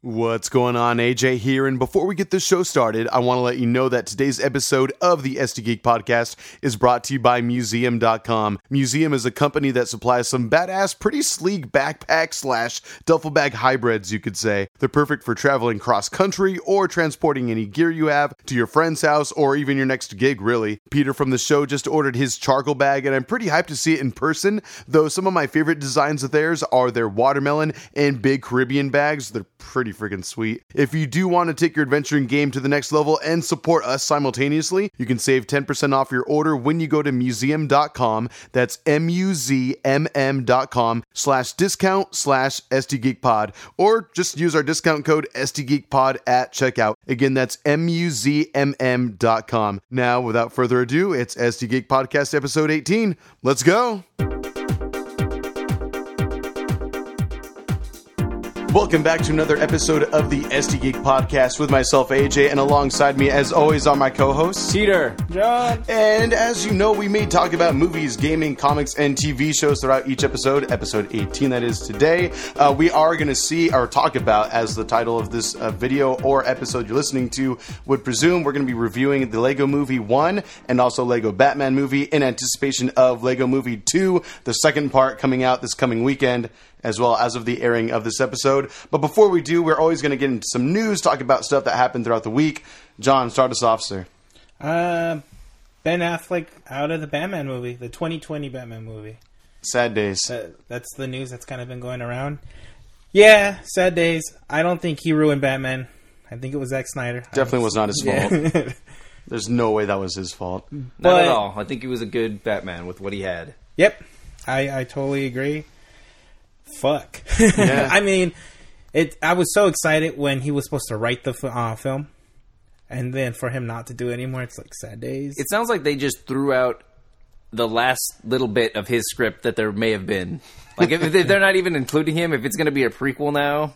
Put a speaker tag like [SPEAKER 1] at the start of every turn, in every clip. [SPEAKER 1] What's going on? AJ here. And before we get this show started, I want to let you know that today's episode of the SD Geek Podcast is brought to you by Museum.com. Museum is a company that supplies some badass, pretty sleek backpack slash duffel bag hybrids, you could say. They're perfect for traveling cross country or transporting any gear you have to your friend's house or even your next gig, really. Peter from the show just ordered his charcoal bag, and I'm pretty hyped to see it in person, though some of my favorite designs of theirs are their watermelon and big Caribbean bags. They're pretty freaking sweet. If you do want to take your adventuring game to the next level and support us simultaneously, you can save 10% off your order when you go to museum.com. That's M-U-Z-M-M.com slash discount slash SDGeekPod or just use our discount code SDGeekPod at checkout. Again, that's M-U-Z-M-M.com. Now, without further ado, it's SD Geek Podcast episode 18. Let's go. Welcome back to another episode of the SD Geek Podcast with myself, AJ, and alongside me, as always, are my co hosts.
[SPEAKER 2] Peter.
[SPEAKER 3] John.
[SPEAKER 1] And as you know, we may talk about movies, gaming, comics, and TV shows throughout each episode. Episode 18, that is today. Uh, we are going to see or talk about, as the title of this uh, video or episode you're listening to would presume, we're going to be reviewing the Lego Movie 1 and also Lego Batman movie in anticipation of Lego Movie 2, the second part coming out this coming weekend as well as of the airing of this episode. But before we do, we're always going to get into some news, talk about stuff that happened throughout the week. John, start us off, sir.
[SPEAKER 3] Uh, ben Affleck out of the Batman movie, the 2020 Batman movie.
[SPEAKER 1] Sad days.
[SPEAKER 3] That, that's the news that's kind of been going around. Yeah, sad days. I don't think he ruined Batman. I think it was Zack Snyder.
[SPEAKER 1] Definitely was not his
[SPEAKER 2] Oh,
[SPEAKER 1] fault.
[SPEAKER 3] not.
[SPEAKER 1] There's no way that was his fault.
[SPEAKER 3] But-
[SPEAKER 2] Not at all. I think he was a good Batman with what he had.
[SPEAKER 3] Yep, I, I totally agree. Fuck.
[SPEAKER 1] Yeah.
[SPEAKER 3] I mean, it. I was so excited when he was supposed to write the f- uh, film, and then for him not to do it anymore, it's like sad days.
[SPEAKER 2] It sounds like they just threw out the last little bit of his script that there may have been. Like if, if they're not even including him, if it's going to be a prequel now,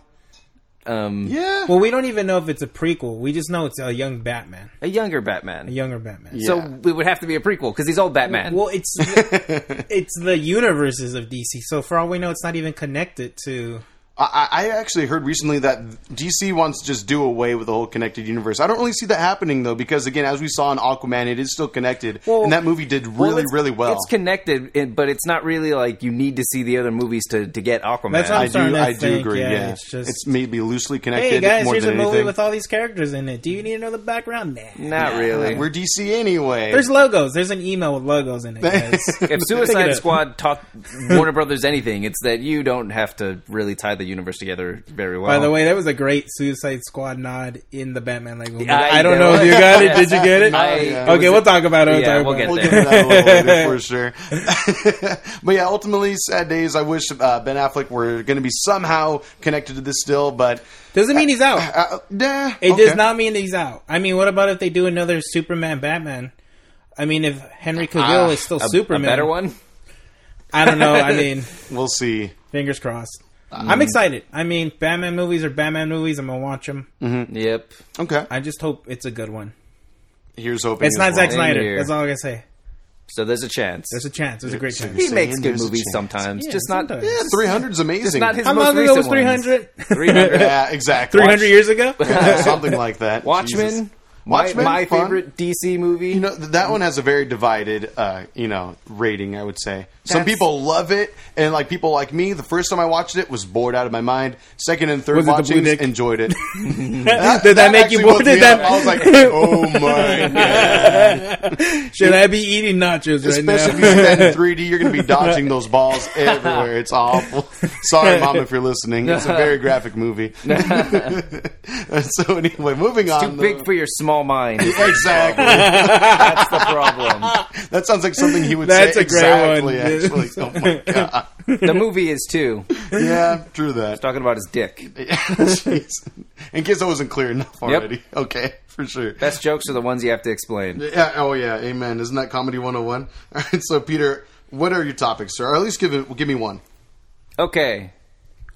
[SPEAKER 2] um,
[SPEAKER 1] Yeah.
[SPEAKER 3] well, we don't even know if it's a prequel. We just know it's a young Batman,
[SPEAKER 2] a younger Batman.
[SPEAKER 3] a younger Batman.
[SPEAKER 2] So
[SPEAKER 1] Yeah.
[SPEAKER 2] it would have to be a prequel because he's old Batman.
[SPEAKER 3] Well, it's it's the universes of DC. So for all we know, it's not even connected to.
[SPEAKER 1] I, I I actually heard recently that DC wants to just do away with the whole connected universe. I don't really see that happening, though, because, again, as we saw in Aquaman, it is still connected.
[SPEAKER 3] Well-
[SPEAKER 1] and that movie did really,
[SPEAKER 2] it's-
[SPEAKER 1] really well.
[SPEAKER 2] It's connected, it- but it's not really like you need to see the other movies to, to get Aquaman.
[SPEAKER 3] That's what
[SPEAKER 1] I
[SPEAKER 3] I'm starting
[SPEAKER 1] do,
[SPEAKER 3] to
[SPEAKER 1] I do
[SPEAKER 3] think,
[SPEAKER 1] agree. Yeah,
[SPEAKER 3] yeah, it's just-
[SPEAKER 1] it's maybe loosely connected.
[SPEAKER 3] Hey guys,
[SPEAKER 1] more
[SPEAKER 3] here's a
[SPEAKER 1] than
[SPEAKER 3] movie
[SPEAKER 1] anything.
[SPEAKER 3] with all these characters in it. Do you need to know the background? Nah.
[SPEAKER 2] not really.
[SPEAKER 1] We're DC anyway.
[SPEAKER 3] uh, There's logos. There's an email with logos in it. Guys.
[SPEAKER 2] if
[SPEAKER 3] Take it
[SPEAKER 2] Suicide
[SPEAKER 3] up.
[SPEAKER 2] Squad taught Warner Brothers anything, it's that you don't have to really tie the universe together very well.
[SPEAKER 3] By the way, that was a great Suicide Squad nod in the Batman Lego. movie.
[SPEAKER 2] I-
[SPEAKER 3] I, don't
[SPEAKER 2] there
[SPEAKER 3] know if
[SPEAKER 2] was.
[SPEAKER 3] you got it.
[SPEAKER 2] Yes.
[SPEAKER 3] Did you get it?
[SPEAKER 2] I-
[SPEAKER 1] yeah.
[SPEAKER 3] okay, we'll talk about it. We'll
[SPEAKER 2] Yeah,
[SPEAKER 3] talk
[SPEAKER 2] we'll
[SPEAKER 3] about
[SPEAKER 2] get
[SPEAKER 3] it.
[SPEAKER 1] we'll
[SPEAKER 2] there.
[SPEAKER 1] get to that a little later for sure. but yeah, ultimately, sad days. I wish uh, Ben Affleck were going to be somehow connected to this still, but
[SPEAKER 3] Doesn't mean he's out.
[SPEAKER 1] uh, nah,
[SPEAKER 3] It does not mean he's out. I mean, what about if they do another Superman Batman? I mean, if Henry Cavill
[SPEAKER 2] Ah,
[SPEAKER 3] is still
[SPEAKER 2] a,
[SPEAKER 3] Superman,
[SPEAKER 2] A better one.
[SPEAKER 3] I don't know. I mean,
[SPEAKER 1] We'll see.
[SPEAKER 3] fingers crossed. I'm excited. I mean, Batman movies are Batman movies. I'm gonna watch them.
[SPEAKER 2] Yep.
[SPEAKER 1] Okay,
[SPEAKER 3] I just hope it's a good one.
[SPEAKER 1] here's hoping.
[SPEAKER 3] It's not
[SPEAKER 1] as well.
[SPEAKER 3] Zack Snyder.
[SPEAKER 2] here.
[SPEAKER 3] That's all I gotta say.
[SPEAKER 2] So there's a chance.
[SPEAKER 3] There's a chance. There's a great chance.
[SPEAKER 2] he
[SPEAKER 1] Saying
[SPEAKER 2] makes good
[SPEAKER 1] there's a
[SPEAKER 2] movies
[SPEAKER 1] chance.
[SPEAKER 2] sometimes,
[SPEAKER 3] Yeah,
[SPEAKER 2] just not
[SPEAKER 3] sometimes.
[SPEAKER 2] Yeah,
[SPEAKER 1] 300's amazing.
[SPEAKER 2] not his
[SPEAKER 3] How
[SPEAKER 2] most
[SPEAKER 3] long ago was
[SPEAKER 2] recent
[SPEAKER 3] 300?
[SPEAKER 2] Three hundred.
[SPEAKER 1] yeah, exactly.
[SPEAKER 3] 300 years ago?
[SPEAKER 1] Yeah, something like that. Jesus.
[SPEAKER 2] Watchmen.
[SPEAKER 1] Watchmen,
[SPEAKER 2] my, my
[SPEAKER 1] fun.
[SPEAKER 2] favorite DC movie.
[SPEAKER 1] You know th- that one has a very divided, uh, you know, rating. I would say some
[SPEAKER 2] That's-
[SPEAKER 1] people love it, and like people like me, the first time I watched it was bored out of my mind. Second and third
[SPEAKER 3] Was it the blue
[SPEAKER 1] watchings
[SPEAKER 3] dick?
[SPEAKER 1] enjoyed it.
[SPEAKER 3] Did that make you
[SPEAKER 1] actually
[SPEAKER 3] bored?
[SPEAKER 1] woke
[SPEAKER 3] Did
[SPEAKER 1] me
[SPEAKER 3] that-
[SPEAKER 1] up. I was like, oh my god.
[SPEAKER 3] Should I be eating nachos
[SPEAKER 1] Especially
[SPEAKER 3] right
[SPEAKER 1] if
[SPEAKER 3] now?
[SPEAKER 1] you see that in 3D, you're going to be dodging those balls everywhere. It's awful. Sorry, mom, if you're listening. It's a very graphic movie. so anyway, moving
[SPEAKER 2] Too
[SPEAKER 1] on.
[SPEAKER 2] big
[SPEAKER 1] though.
[SPEAKER 2] for your small mind.
[SPEAKER 1] exactly.
[SPEAKER 2] That's the problem.
[SPEAKER 1] That sounds like something he would
[SPEAKER 3] That's
[SPEAKER 1] say.
[SPEAKER 3] a great one.
[SPEAKER 1] exactly, Actually, oh my god.
[SPEAKER 2] the movie is too.
[SPEAKER 1] Yeah, true that.
[SPEAKER 2] Talking about his dick.
[SPEAKER 1] Jeez. In case I wasn't clear enough already. Okay, for sure.
[SPEAKER 2] Best jokes are the ones you have to explain.
[SPEAKER 1] Yeah, oh yeah, amen. Isn't that comedy 101? All right, so Peter, what are your topics, sir? Or at least give it, give me one.
[SPEAKER 2] Okay.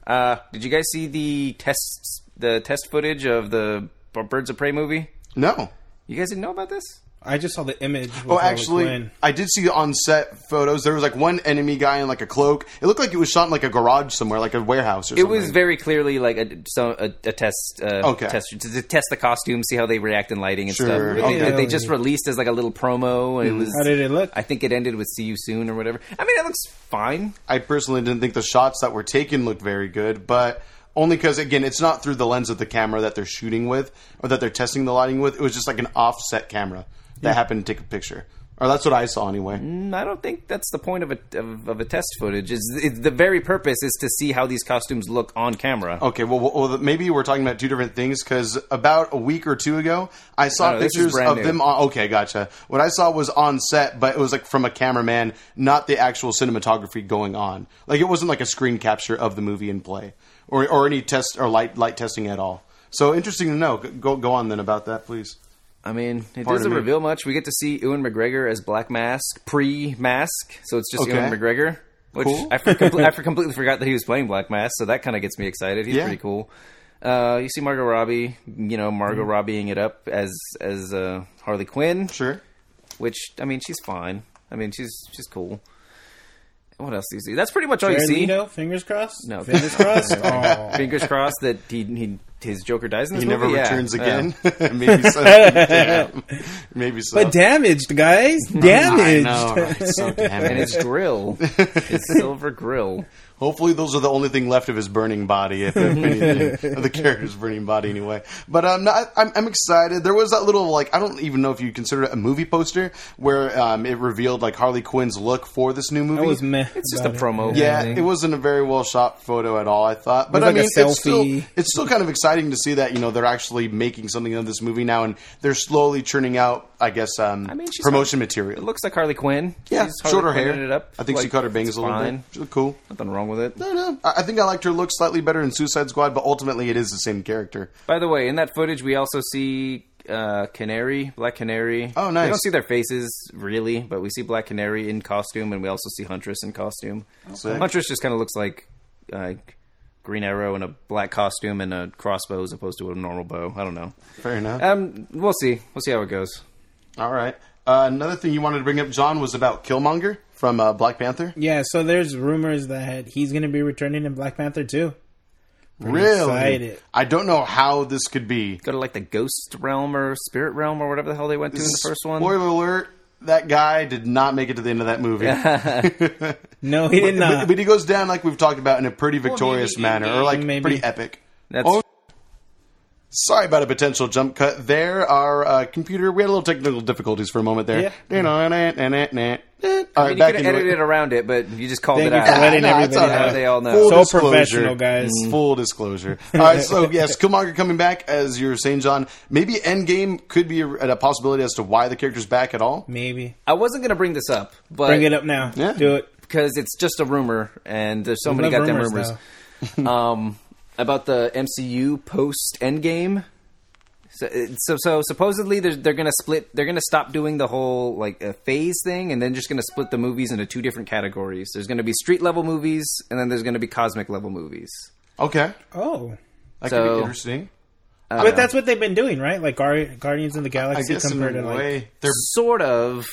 [SPEAKER 2] Uh, did you guys see the test the test footage of the B- Birds of Prey movie?
[SPEAKER 1] No.
[SPEAKER 2] You guys didn't know about this?
[SPEAKER 3] I just saw the image. With
[SPEAKER 1] Oh,
[SPEAKER 3] Harley
[SPEAKER 1] actually,
[SPEAKER 3] Quinn.
[SPEAKER 1] I did see on set photos. There was like one enemy guy in like a cloak. It looked like it was shot in like a garage somewhere, like a warehouse or
[SPEAKER 2] It
[SPEAKER 1] something.
[SPEAKER 2] was very clearly like a so a, a test, uh,
[SPEAKER 1] Okay.
[SPEAKER 2] test to, to test the costumes, see how they react in lighting and
[SPEAKER 1] Sure,
[SPEAKER 2] stuff. They-
[SPEAKER 1] okay. Mm.
[SPEAKER 2] They just released as like a little promo, and it was.
[SPEAKER 3] how did it look?
[SPEAKER 2] I think it ended with "See you soon" or whatever. I mean, it looks fine.
[SPEAKER 1] I personally didn't think the shots that were taken looked very good, but only because again, it's not through the lens of the camera that they're shooting with or that they're testing the lighting with. It was just like an offset camera that happened to take a picture, or that's what I saw anyway.
[SPEAKER 2] Mm, I don't think that's the point of a of, of a test footage. Is it, the very purpose is to see how these costumes look on camera.
[SPEAKER 1] Okay, well, well, well, maybe we're talking about two different things because about a week or two ago, I saw
[SPEAKER 2] No, no, this is
[SPEAKER 1] pictures
[SPEAKER 2] brand
[SPEAKER 1] of
[SPEAKER 2] new.
[SPEAKER 1] them. On, okay, gotcha. What I saw was on set, but it was like from a cameraman, not the actual cinematography going on. Like it wasn't like a screen capture of the movie in play or or any test or light light testing at all. So interesting to know. G- Go go on then about that, please.
[SPEAKER 2] I mean, it
[SPEAKER 1] Pardon
[SPEAKER 2] doesn't
[SPEAKER 1] me.
[SPEAKER 2] reveal much. We get to see Ewan McGregor as Black Mask pre-mask, so it's just
[SPEAKER 1] Okay.
[SPEAKER 2] Ewan McGregor. Which
[SPEAKER 1] Cool.
[SPEAKER 2] I, for, comple- I for completely forgot that he was playing Black Mask, so that kind of gets me excited. He's
[SPEAKER 1] Yeah.
[SPEAKER 2] pretty cool. Uh, you see Margot Robbie, you know Margot Robbieing it up as as uh, Harley Quinn,
[SPEAKER 1] Mm-hmm. Sure.
[SPEAKER 2] which I mean she's fine. I mean she's she's cool. What else do you see? That's pretty much all you see.
[SPEAKER 3] Carlito, fingers crossed.
[SPEAKER 2] No.
[SPEAKER 3] fingers crossed. Oh.
[SPEAKER 2] Fingers crossed that he, he his Joker dies in this
[SPEAKER 1] He never
[SPEAKER 2] movie. Yeah.
[SPEAKER 1] returns
[SPEAKER 2] Yeah.
[SPEAKER 1] again. maybe so. Damn. Maybe so.
[SPEAKER 3] But damaged, guys.
[SPEAKER 1] I
[SPEAKER 3] Damaged.
[SPEAKER 1] know, right? So
[SPEAKER 2] and
[SPEAKER 1] damaged.
[SPEAKER 2] his grill, his silver grill.
[SPEAKER 1] Hopefully, those are the only thing left of his burning body, if, if anything, of the character's burning body, anyway. But um, no, I, I'm, I'm excited. There was that little like I don't even know if you consider it a movie poster where um, it revealed like Harley Quinn's look for this new movie.
[SPEAKER 3] That was meh.
[SPEAKER 2] It's just a
[SPEAKER 3] about it.
[SPEAKER 2] promo.
[SPEAKER 1] yeah, it wasn't a very well shot photo at all. I thought, but
[SPEAKER 3] was
[SPEAKER 1] I
[SPEAKER 3] like a
[SPEAKER 1] mean, it's still
[SPEAKER 3] selfie.
[SPEAKER 1] it's still kind of exciting to see that you know they're actually making something of this movie now, and they're slowly churning out, I guess, um,
[SPEAKER 2] mean, she's
[SPEAKER 1] promotion
[SPEAKER 2] It
[SPEAKER 1] material.
[SPEAKER 2] looks like Harley Quinn.
[SPEAKER 1] Yeah,
[SPEAKER 2] She's Harley
[SPEAKER 1] shorter
[SPEAKER 2] Quinning
[SPEAKER 1] hair.
[SPEAKER 2] It up.
[SPEAKER 1] I think she
[SPEAKER 2] Like,
[SPEAKER 1] cut her bangs a
[SPEAKER 2] it's
[SPEAKER 1] little
[SPEAKER 2] fine.
[SPEAKER 1] bit. She looked cool.
[SPEAKER 2] Nothing wrong with it.
[SPEAKER 1] I don't know. I I think I liked her look slightly better in Suicide Squad, but ultimately it is the same character.
[SPEAKER 2] By the way, in that footage, we also see uh, Canary, Black Canary.
[SPEAKER 1] Oh, nice.
[SPEAKER 2] We don't see their faces really, but we see Black Canary in costume, and we also see Huntress in costume.
[SPEAKER 1] Oh, Sick.
[SPEAKER 2] Huntress just kind of looks like like Green Arrow in a black costume and a crossbow as opposed to a normal bow. I don't know.
[SPEAKER 1] Fair enough.
[SPEAKER 2] Um, we'll see. We'll see how it goes.
[SPEAKER 1] All right. Uh, another thing you wanted to bring up, John, was about Killmonger from uh, Black Panther.
[SPEAKER 3] Yeah, so there's rumors that he's going to be returning in Black Panther too.
[SPEAKER 1] really?
[SPEAKER 3] excited.
[SPEAKER 1] I don't know how this could be.
[SPEAKER 2] Go to like the ghost realm or spirit realm or whatever the hell they went to in the first one.
[SPEAKER 1] Spoiler alert. That guy did not make it to the end of that movie.
[SPEAKER 3] No, he did
[SPEAKER 1] but,
[SPEAKER 3] not.
[SPEAKER 1] but he goes down, like we've talked about, in a pretty victorious
[SPEAKER 2] maybe,
[SPEAKER 1] manner, or like
[SPEAKER 3] maybe.
[SPEAKER 1] pretty epic.
[SPEAKER 2] That's
[SPEAKER 1] Oh, Sorry about a potential jump cut there. Our uh, computer, we had a little technical difficulties for a moment there.
[SPEAKER 3] Yeah.
[SPEAKER 1] All right,
[SPEAKER 2] I mean, you
[SPEAKER 1] back
[SPEAKER 2] could
[SPEAKER 1] into
[SPEAKER 2] have
[SPEAKER 1] it.
[SPEAKER 2] edited around it, but you just called
[SPEAKER 3] Thank
[SPEAKER 2] it
[SPEAKER 3] you for
[SPEAKER 2] out.
[SPEAKER 3] letting
[SPEAKER 1] No, it's all
[SPEAKER 3] everybody
[SPEAKER 2] Now
[SPEAKER 1] right.
[SPEAKER 3] know.
[SPEAKER 2] they all know.
[SPEAKER 1] Full
[SPEAKER 3] So
[SPEAKER 1] disclosure. Mm.
[SPEAKER 3] professional, guys.
[SPEAKER 1] Full disclosure. All right, so yes, Killmonger coming back, as you were saying, John. Maybe Endgame could be a, a possibility as to why the character's back at all.
[SPEAKER 3] Maybe
[SPEAKER 2] I wasn't going to bring this up, but
[SPEAKER 3] bring it up now.
[SPEAKER 1] Yeah.
[SPEAKER 3] Do it.
[SPEAKER 2] because it's just a rumor, and there's so many
[SPEAKER 3] Love
[SPEAKER 2] goddamn
[SPEAKER 3] rumors
[SPEAKER 2] rumors.
[SPEAKER 3] now.
[SPEAKER 2] um, about the MCU post Endgame. So, it- so, so supposedly they're, they're going to split. They're going to stop doing the whole like uh, phase thing, and then just going to split the movies into two different categories. There's going to be street level movies, and then there's going to be cosmic level movies.
[SPEAKER 1] Okay,
[SPEAKER 3] Oh,
[SPEAKER 1] that could
[SPEAKER 2] So-
[SPEAKER 1] be interesting.
[SPEAKER 3] but that's what they've been doing, right? Like Gar- Guardians of the
[SPEAKER 1] I
[SPEAKER 3] Galaxy
[SPEAKER 1] guess in
[SPEAKER 3] compared to
[SPEAKER 1] a
[SPEAKER 3] like,
[SPEAKER 1] way, they're
[SPEAKER 2] Sort of.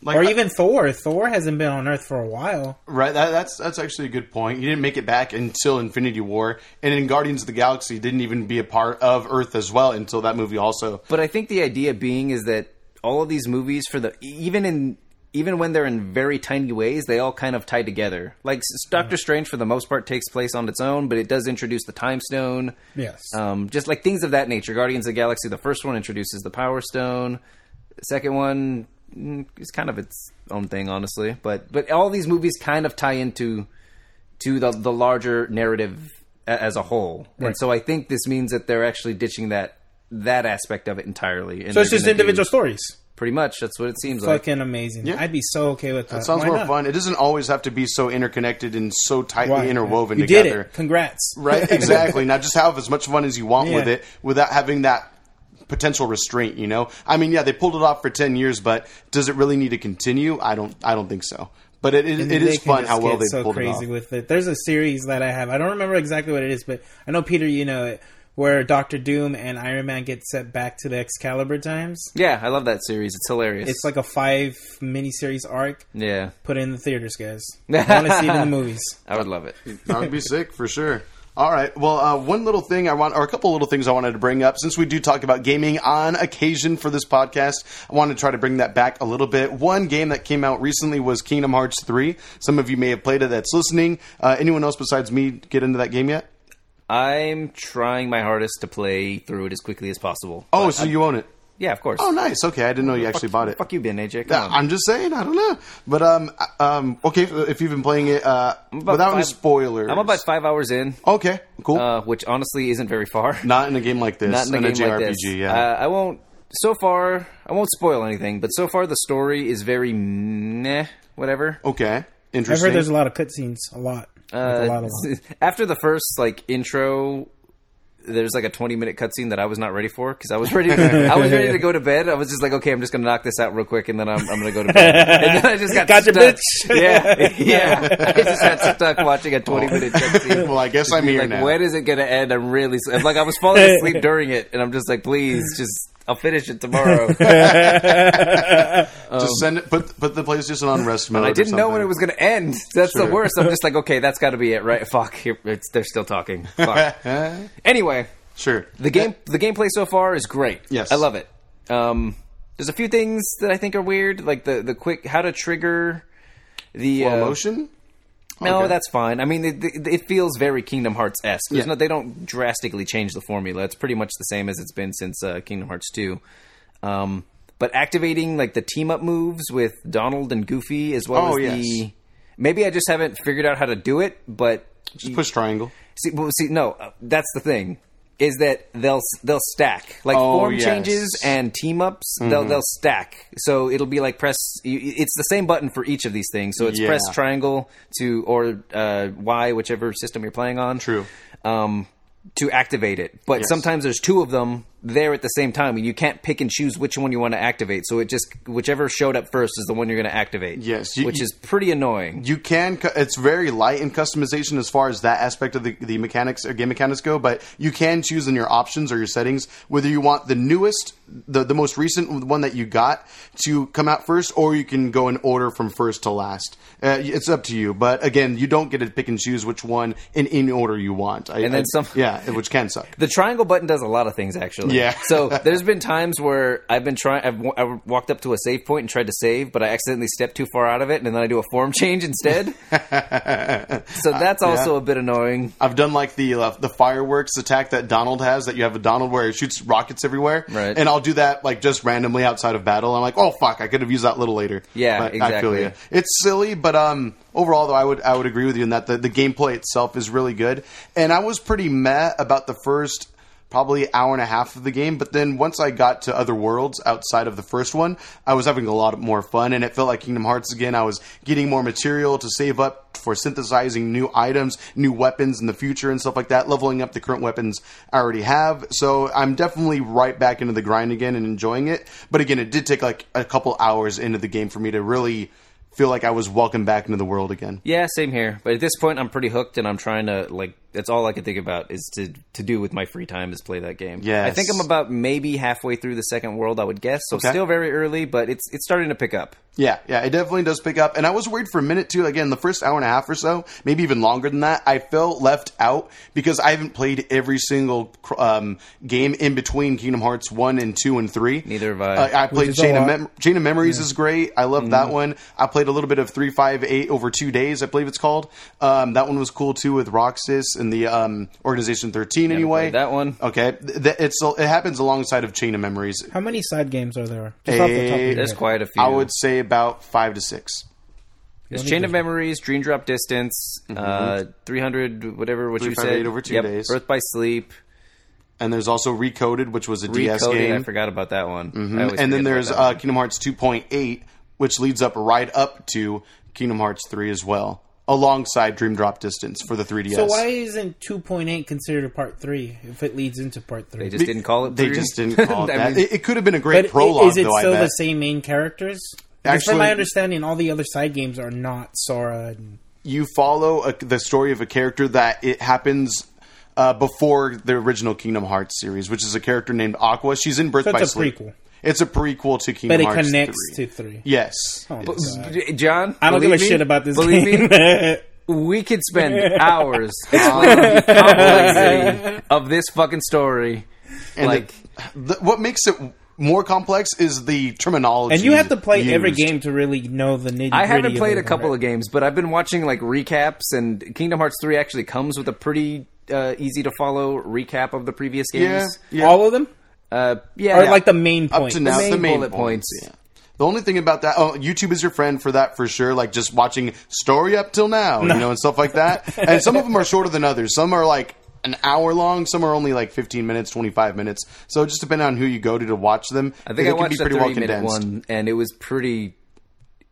[SPEAKER 1] like
[SPEAKER 3] or even Thor. Thor hasn't been on Earth for a while.
[SPEAKER 1] right. That, that's that's actually a good point. He didn't make it back until Infinity War, and in Guardians of the Galaxy, he didn't even be a part of Earth as well until that movie also.
[SPEAKER 2] But I think the idea being is that all of these movies for the even in even when they're in very tiny ways, they all kind of tie together. Like s- Doctor Strange, for the most part, takes place on its own, but it does introduce the Time Stone.
[SPEAKER 3] Yes.
[SPEAKER 2] Um, just like things of that nature. Guardians of the Galaxy, the first one introduces the Power Stone. The second one mm, is kind of its own thing, honestly. But but all these movies kind of tie into to the the larger narrative a- as a whole. And so I think this means that they're actually ditching that that aspect of it entirely.
[SPEAKER 3] so it's just individual stories.
[SPEAKER 2] pretty much. That's what it seems like.
[SPEAKER 3] Fucking amazing. I'd be so okay with that.
[SPEAKER 1] It sounds
[SPEAKER 3] Why
[SPEAKER 1] more
[SPEAKER 3] not?
[SPEAKER 1] fun. It doesn't always have to be so interconnected and so tightly
[SPEAKER 3] Why?
[SPEAKER 1] interwoven
[SPEAKER 3] You
[SPEAKER 1] together.
[SPEAKER 3] did it. Congrats.
[SPEAKER 1] Right, exactly. now just have as much fun as you want
[SPEAKER 3] Yeah.
[SPEAKER 1] with it without having that potential restraint, you know? I mean, yeah, they pulled it off for 10 years, but does it really need to continue? I don't I don't think so. But it, it, it
[SPEAKER 3] They
[SPEAKER 1] is
[SPEAKER 3] can
[SPEAKER 1] fun
[SPEAKER 3] just
[SPEAKER 1] how well
[SPEAKER 3] get
[SPEAKER 1] they
[SPEAKER 3] so
[SPEAKER 1] pulled
[SPEAKER 3] crazy
[SPEAKER 1] it off.
[SPEAKER 3] with it. There's a series that I have. I don't remember exactly what it is, but I know Peter. You know it. where Doctor Doom and Iron Man get set back to the Excalibur times.
[SPEAKER 2] Yeah, I love that series. It's hilarious.
[SPEAKER 3] It's like a five miniseries arc.
[SPEAKER 2] yeah,
[SPEAKER 3] Put it in the theaters, guys. I want to see it in the movies.
[SPEAKER 2] I would love it.
[SPEAKER 1] That would be sick for sure. All right. Well, uh, one little thing I want, or a couple little things I wanted to bring up, since we do talk about gaming on occasion for this podcast, I want to try to bring that back a little bit. One game that came out recently was Kingdom Hearts 3. Some of you may have played it that's listening. Uh, anyone else besides me get into that game yet?
[SPEAKER 2] I'm trying my hardest to play through it as quickly as possible.
[SPEAKER 1] Oh, so you own it.
[SPEAKER 2] yeah, of course.
[SPEAKER 1] Oh, nice. Okay. I didn't know you actually bought it.
[SPEAKER 2] Fuck you, Ben AJ. Come
[SPEAKER 1] Yeah,
[SPEAKER 2] on.
[SPEAKER 1] I'm just saying, I don't know, but um, uh, um, okay. If you've been playing it, uh, without any
[SPEAKER 2] five-
[SPEAKER 1] spoilers,
[SPEAKER 2] I'm about five hours in,
[SPEAKER 1] okay, cool.
[SPEAKER 2] uh, which honestly isn't very far.
[SPEAKER 1] not in a game like this,
[SPEAKER 2] Not in a game like
[SPEAKER 1] JRPG,
[SPEAKER 2] this.
[SPEAKER 1] yeah.
[SPEAKER 2] Uh, I won't. So far, I won't spoil anything, but so far the story is very meh, whatever. Uh,
[SPEAKER 1] Okay.
[SPEAKER 3] I've
[SPEAKER 1] Interesting.
[SPEAKER 3] heard there's a lot of cutscenes. A lot.
[SPEAKER 1] Uh,
[SPEAKER 3] Like, a lot, a lot.
[SPEAKER 2] After the first like intro, there's like a 20 minute cutscene that I was not ready for because I was ready. I was ready to go to bed. I was just like, okay, I'm just gonna knock this out real quick, and then I'm, I'm gonna go to bed. And then I just got
[SPEAKER 3] Gotcha,
[SPEAKER 2] stuck.
[SPEAKER 3] bitch.
[SPEAKER 2] Yeah, yeah. I just got stuck watching a 20 minute cutscene.
[SPEAKER 1] well, I guess I'm here
[SPEAKER 2] Like,
[SPEAKER 1] now.
[SPEAKER 2] when is it gonna end? I'm really s- like I was falling asleep during it, and I'm just like, please, just I'll finish it tomorrow.
[SPEAKER 1] Just send it. Put put the PlayStation on rest mode.
[SPEAKER 2] Oh. I
[SPEAKER 1] or
[SPEAKER 2] didn't know when
[SPEAKER 1] something.
[SPEAKER 2] it was going to end. That's
[SPEAKER 1] Sure.
[SPEAKER 2] the worst. I'm just like, okay, that's got to be it, right? Fuck, here, it's, they're still talking. Fuck. anyway,
[SPEAKER 1] Sure.
[SPEAKER 2] the game, the gameplay so far is great.
[SPEAKER 1] Yes.
[SPEAKER 2] I love it. Um, there's a few things that I think are weird, like the the quick how to trigger the
[SPEAKER 1] Well,
[SPEAKER 2] uh,
[SPEAKER 1] motion.
[SPEAKER 2] No,
[SPEAKER 1] Okay.
[SPEAKER 2] that's fine. I mean, it, it, it feels very Kingdom Hearts esque.
[SPEAKER 1] Yeah.
[SPEAKER 2] No, they don't drastically change the formula. It's pretty much the same as it's been since uh, Kingdom Hearts two. Um, but activating like the team up moves with Donald and Goofy as well
[SPEAKER 1] Oh,
[SPEAKER 2] as
[SPEAKER 1] yes.
[SPEAKER 2] the maybe I just haven't figured out how to do it. But
[SPEAKER 1] Just push triangle.
[SPEAKER 2] see, well, see, no, uh, that's the thing is that they'll they'll stack like
[SPEAKER 1] Oh,
[SPEAKER 2] form
[SPEAKER 1] yes. Mm-hmm.
[SPEAKER 2] changes and team ups. They'll they'll stack. So it'll be like press. you- It's the same button for each of these things. So it's
[SPEAKER 1] Yeah.
[SPEAKER 2] press triangle to or uh, Y, whichever system you're playing on.
[SPEAKER 1] True.
[SPEAKER 2] Um, to activate it, but
[SPEAKER 1] Yes.
[SPEAKER 2] sometimes there's two of them there at the same time, and you can't pick and choose which one you want to activate. So it just whichever showed up first is the one you're going to activate.
[SPEAKER 1] Yes, you-
[SPEAKER 2] which
[SPEAKER 1] you-
[SPEAKER 2] is pretty annoying.
[SPEAKER 1] You can. cu- It's very light in customization as far as that aspect of the, the mechanics or game mechanics go. But you can choose in your options or your settings whether you want the newest, the the most recent one that you got to come out first, or you can go in order from first to last. Uh, it's up to you. But again, you don't get to pick and choose which one in in order you want. I,
[SPEAKER 2] And then
[SPEAKER 1] I-
[SPEAKER 2] some-
[SPEAKER 1] Yeah, which can suck.
[SPEAKER 2] The triangle button does a lot of things, actually.
[SPEAKER 1] Yeah.
[SPEAKER 2] so there's been times where I've been trying. I've, wa- I've walked up to a save point and tried to save, but I accidentally stepped too far out of it, and then I do a form change instead. so that's also a bit annoying.
[SPEAKER 1] I've done like the uh, the fireworks attack that Donald has. That you have a Donald where it shoots rockets everywhere,
[SPEAKER 2] Right.
[SPEAKER 1] and I'll do that like just randomly outside of battle. I'm like, oh fuck, I could have used that a little later.
[SPEAKER 2] Yeah,
[SPEAKER 1] But
[SPEAKER 2] exactly.
[SPEAKER 1] ya. It's silly, but um, overall though, I would I would agree with you in that the, the gameplay itself is really good. And I was pretty meh about the first probably hour and a half of the game, but then once I got to other worlds outside of the first one, I was having a lot more fun, and it felt like Kingdom Hearts again. I was getting more material to save up for synthesizing new items, new weapons in the future, and stuff like that. Leveling up the current weapons I already have, so I'm definitely right back into the grind again and enjoying it. But again, it did take like a couple hours into the game for me to really feel like I was welcomed back into the world again.
[SPEAKER 2] Yeah, same here. But at this point, I'm pretty hooked, and I'm trying to like. That's all I can think about is to to do with my free time is play that game.
[SPEAKER 1] Yes.
[SPEAKER 2] I think I'm about maybe halfway through the second world. I would guess. So
[SPEAKER 1] Okay.
[SPEAKER 2] still very early, but it's it's starting to pick up.
[SPEAKER 1] Yeah, yeah, it definitely does pick up. And I was worried for a minute too. Again, the first hour and a half or so, maybe even longer than that, I felt left out because I haven't played every single cr- um, game in between Kingdom Hearts one and two and three.
[SPEAKER 2] Neither have I. Mm-hmm.
[SPEAKER 1] Uh, I played
[SPEAKER 3] is a
[SPEAKER 1] Chain of,
[SPEAKER 3] lot.
[SPEAKER 1] Mem- Chain of Memories is great. I love that one. I played a little bit of three five eight over two days. I believe it's called. Um, that one was cool too with Roxas and the um, Organization thirteen. anyway, Oh,
[SPEAKER 2] played that one.
[SPEAKER 1] Okay, Th- th- it's it happens alongside of Chain of Memories.
[SPEAKER 3] How many side games are there? Just off the top of your
[SPEAKER 2] There's
[SPEAKER 3] head.
[SPEAKER 2] quite a few.
[SPEAKER 1] I would say about five to six.
[SPEAKER 2] It's Chain of Memories, Dream Drop Distance,
[SPEAKER 3] Mm-hmm.
[SPEAKER 2] uh, 300, whatever, what you
[SPEAKER 1] five,
[SPEAKER 2] said.
[SPEAKER 1] eight over two days.
[SPEAKER 2] Earth by Sleep,
[SPEAKER 1] and there's also Recoded, which was a DS
[SPEAKER 2] Recoded. I
[SPEAKER 1] game, Mm-hmm.
[SPEAKER 2] forgot about that one. I always
[SPEAKER 1] and
[SPEAKER 2] forget
[SPEAKER 1] then
[SPEAKER 2] about
[SPEAKER 1] there's
[SPEAKER 2] that one.
[SPEAKER 1] uh, Kingdom Hearts 2.8, which leads up right up to Kingdom Hearts 3 as well, alongside Dream Drop Distance for the 3DS.
[SPEAKER 3] So why isn't 2.8 considered a part three if it leads into part three?
[SPEAKER 2] They just didn't call it
[SPEAKER 1] They
[SPEAKER 2] three.
[SPEAKER 1] just didn't call it
[SPEAKER 2] I
[SPEAKER 1] that.
[SPEAKER 2] mean,
[SPEAKER 1] it, it could have been a
[SPEAKER 3] but
[SPEAKER 1] great
[SPEAKER 3] i-
[SPEAKER 1] prologue,
[SPEAKER 3] is it
[SPEAKER 1] though. I
[SPEAKER 3] still
[SPEAKER 1] bet.
[SPEAKER 3] the same main characters? Because
[SPEAKER 1] Actually-
[SPEAKER 3] from my understanding, all the other side games are not Sora. And,
[SPEAKER 1] You follow a, the story of a character that it happens. uh, before the original Kingdom Hearts series, which is a character named Aqua. She's in Birth
[SPEAKER 3] So
[SPEAKER 1] by
[SPEAKER 3] it's a
[SPEAKER 1] Sleep.
[SPEAKER 3] prequel,
[SPEAKER 1] It's a prequel to Kingdom
[SPEAKER 3] but it
[SPEAKER 1] Hearts.
[SPEAKER 3] connects
[SPEAKER 1] 3.
[SPEAKER 3] to three.
[SPEAKER 1] Yes.
[SPEAKER 3] Oh,
[SPEAKER 1] Yes.
[SPEAKER 3] God.
[SPEAKER 2] John,
[SPEAKER 3] I don't give a
[SPEAKER 2] believe me-
[SPEAKER 3] shit about this
[SPEAKER 2] Believe
[SPEAKER 3] game.
[SPEAKER 2] me, we could spend hours explaining the complexity of this fucking story.
[SPEAKER 1] And
[SPEAKER 2] like,
[SPEAKER 1] the, the- what makes it more complex is the terminology.
[SPEAKER 3] and you have to play every
[SPEAKER 1] used.
[SPEAKER 3] game to really know the nitty.
[SPEAKER 2] I haven't played a couple of games, but I've been watching like recaps, and Kingdom Hearts Three actually comes with a pretty uh, easy to follow recap of the previous
[SPEAKER 1] Yeah,
[SPEAKER 2] games.
[SPEAKER 1] yeah.
[SPEAKER 3] All of them,
[SPEAKER 2] Uh, yeah
[SPEAKER 3] or like the main
[SPEAKER 1] up
[SPEAKER 3] point.
[SPEAKER 1] to now
[SPEAKER 2] main
[SPEAKER 1] the main
[SPEAKER 2] bullet points.
[SPEAKER 1] Yeah. The only thing about that, oh, YouTube is your friend for that for sure. Like just watching story up till now, you know, and stuff like that. and some of them are shorter than others. Some are like an hour long. Some are only like fifteen minutes, twenty five minutes. So just depending on who you go to to watch them,
[SPEAKER 2] I think I watched the three minute one, and it was pretty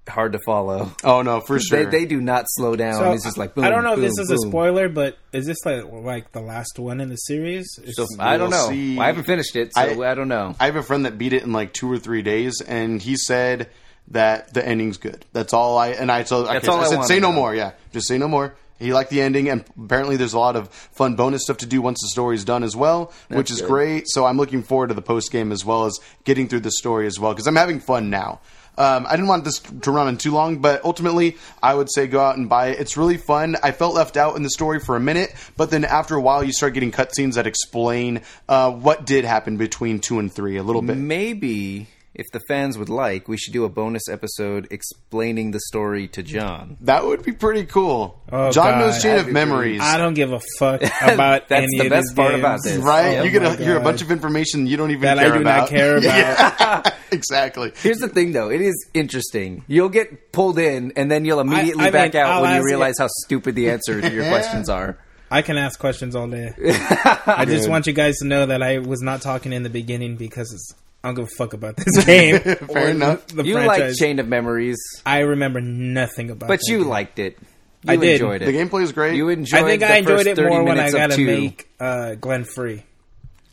[SPEAKER 2] hard to follow.
[SPEAKER 1] Oh no, for sure.
[SPEAKER 2] They, they do not slow down.
[SPEAKER 3] So,
[SPEAKER 2] it's just like boom,
[SPEAKER 3] I don't know
[SPEAKER 2] boom,
[SPEAKER 3] if this is a
[SPEAKER 2] boom.
[SPEAKER 3] spoiler, but is this like like the last one in the series? It's-
[SPEAKER 2] So, I don't
[SPEAKER 1] We'll
[SPEAKER 2] know.
[SPEAKER 1] see.
[SPEAKER 2] I haven't finished it, so
[SPEAKER 1] I-
[SPEAKER 2] I, don't know.
[SPEAKER 1] I have a friend that beat it in like two or three days, and he said that the ending's good. That's all I and I told. I,
[SPEAKER 2] That's
[SPEAKER 1] can't-
[SPEAKER 2] all
[SPEAKER 1] I
[SPEAKER 2] I
[SPEAKER 1] said,
[SPEAKER 2] wanna
[SPEAKER 1] say no
[SPEAKER 2] know."
[SPEAKER 1] more. Oh, Yeah, just say no more. He liked the ending, and apparently there's a lot of fun bonus stuff to do once the story's done as well, which is
[SPEAKER 2] good.
[SPEAKER 1] great. So I'm looking forward to the post game as well as getting through the story as well because I'm having fun now. Um, I didn't want this to run on too long, but ultimately, I would say go out and buy it. It's really fun. I felt left out in the story for a minute, but then after a while, you start getting cutscenes that explain uh, what did happen between two and three a little bit.
[SPEAKER 2] Mm. Maybe if the fans would like, we should do a bonus episode explaining the story to John.
[SPEAKER 1] That would be pretty cool.
[SPEAKER 3] Oh,
[SPEAKER 1] John
[SPEAKER 3] God.
[SPEAKER 1] knows chain
[SPEAKER 3] That'd
[SPEAKER 1] of memories.
[SPEAKER 3] I don't give a fuck about
[SPEAKER 2] That's
[SPEAKER 3] any
[SPEAKER 2] the
[SPEAKER 3] of
[SPEAKER 2] best
[SPEAKER 3] these
[SPEAKER 2] part
[SPEAKER 3] games.
[SPEAKER 2] about this.
[SPEAKER 1] Right?
[SPEAKER 2] Oh
[SPEAKER 1] you get
[SPEAKER 3] my
[SPEAKER 1] a, hear a
[SPEAKER 3] God.
[SPEAKER 1] bunch of information you don't even
[SPEAKER 3] that I
[SPEAKER 1] care
[SPEAKER 3] do
[SPEAKER 1] about.
[SPEAKER 3] not care about.
[SPEAKER 1] exactly.
[SPEAKER 2] Here's the thing, though. It is interesting. You'll get pulled in, and then you'll immediately
[SPEAKER 3] I
[SPEAKER 2] back
[SPEAKER 3] mean,
[SPEAKER 2] out
[SPEAKER 3] I'll
[SPEAKER 2] when you
[SPEAKER 3] ask you-
[SPEAKER 2] realize how stupid the answer to your questions are.
[SPEAKER 3] I can ask questions all day. I just want you guys to know that I was not talking in the beginning because it's, I don't give a fuck about this game.
[SPEAKER 1] Fair enough.
[SPEAKER 3] The
[SPEAKER 2] You like
[SPEAKER 3] franchise.
[SPEAKER 2] Chain of Memories,
[SPEAKER 3] I remember nothing about.
[SPEAKER 2] but
[SPEAKER 3] that
[SPEAKER 2] you
[SPEAKER 3] game.
[SPEAKER 2] liked it. You
[SPEAKER 3] I did.
[SPEAKER 2] enjoyed
[SPEAKER 1] The
[SPEAKER 2] it.
[SPEAKER 1] gameplay is great.
[SPEAKER 2] You enjoyed.
[SPEAKER 3] I think
[SPEAKER 2] the
[SPEAKER 3] I enjoyed
[SPEAKER 2] first
[SPEAKER 3] it
[SPEAKER 2] 30
[SPEAKER 3] more when I
[SPEAKER 2] minutes of
[SPEAKER 3] got to
[SPEAKER 2] two.
[SPEAKER 3] make uh, Glenn free.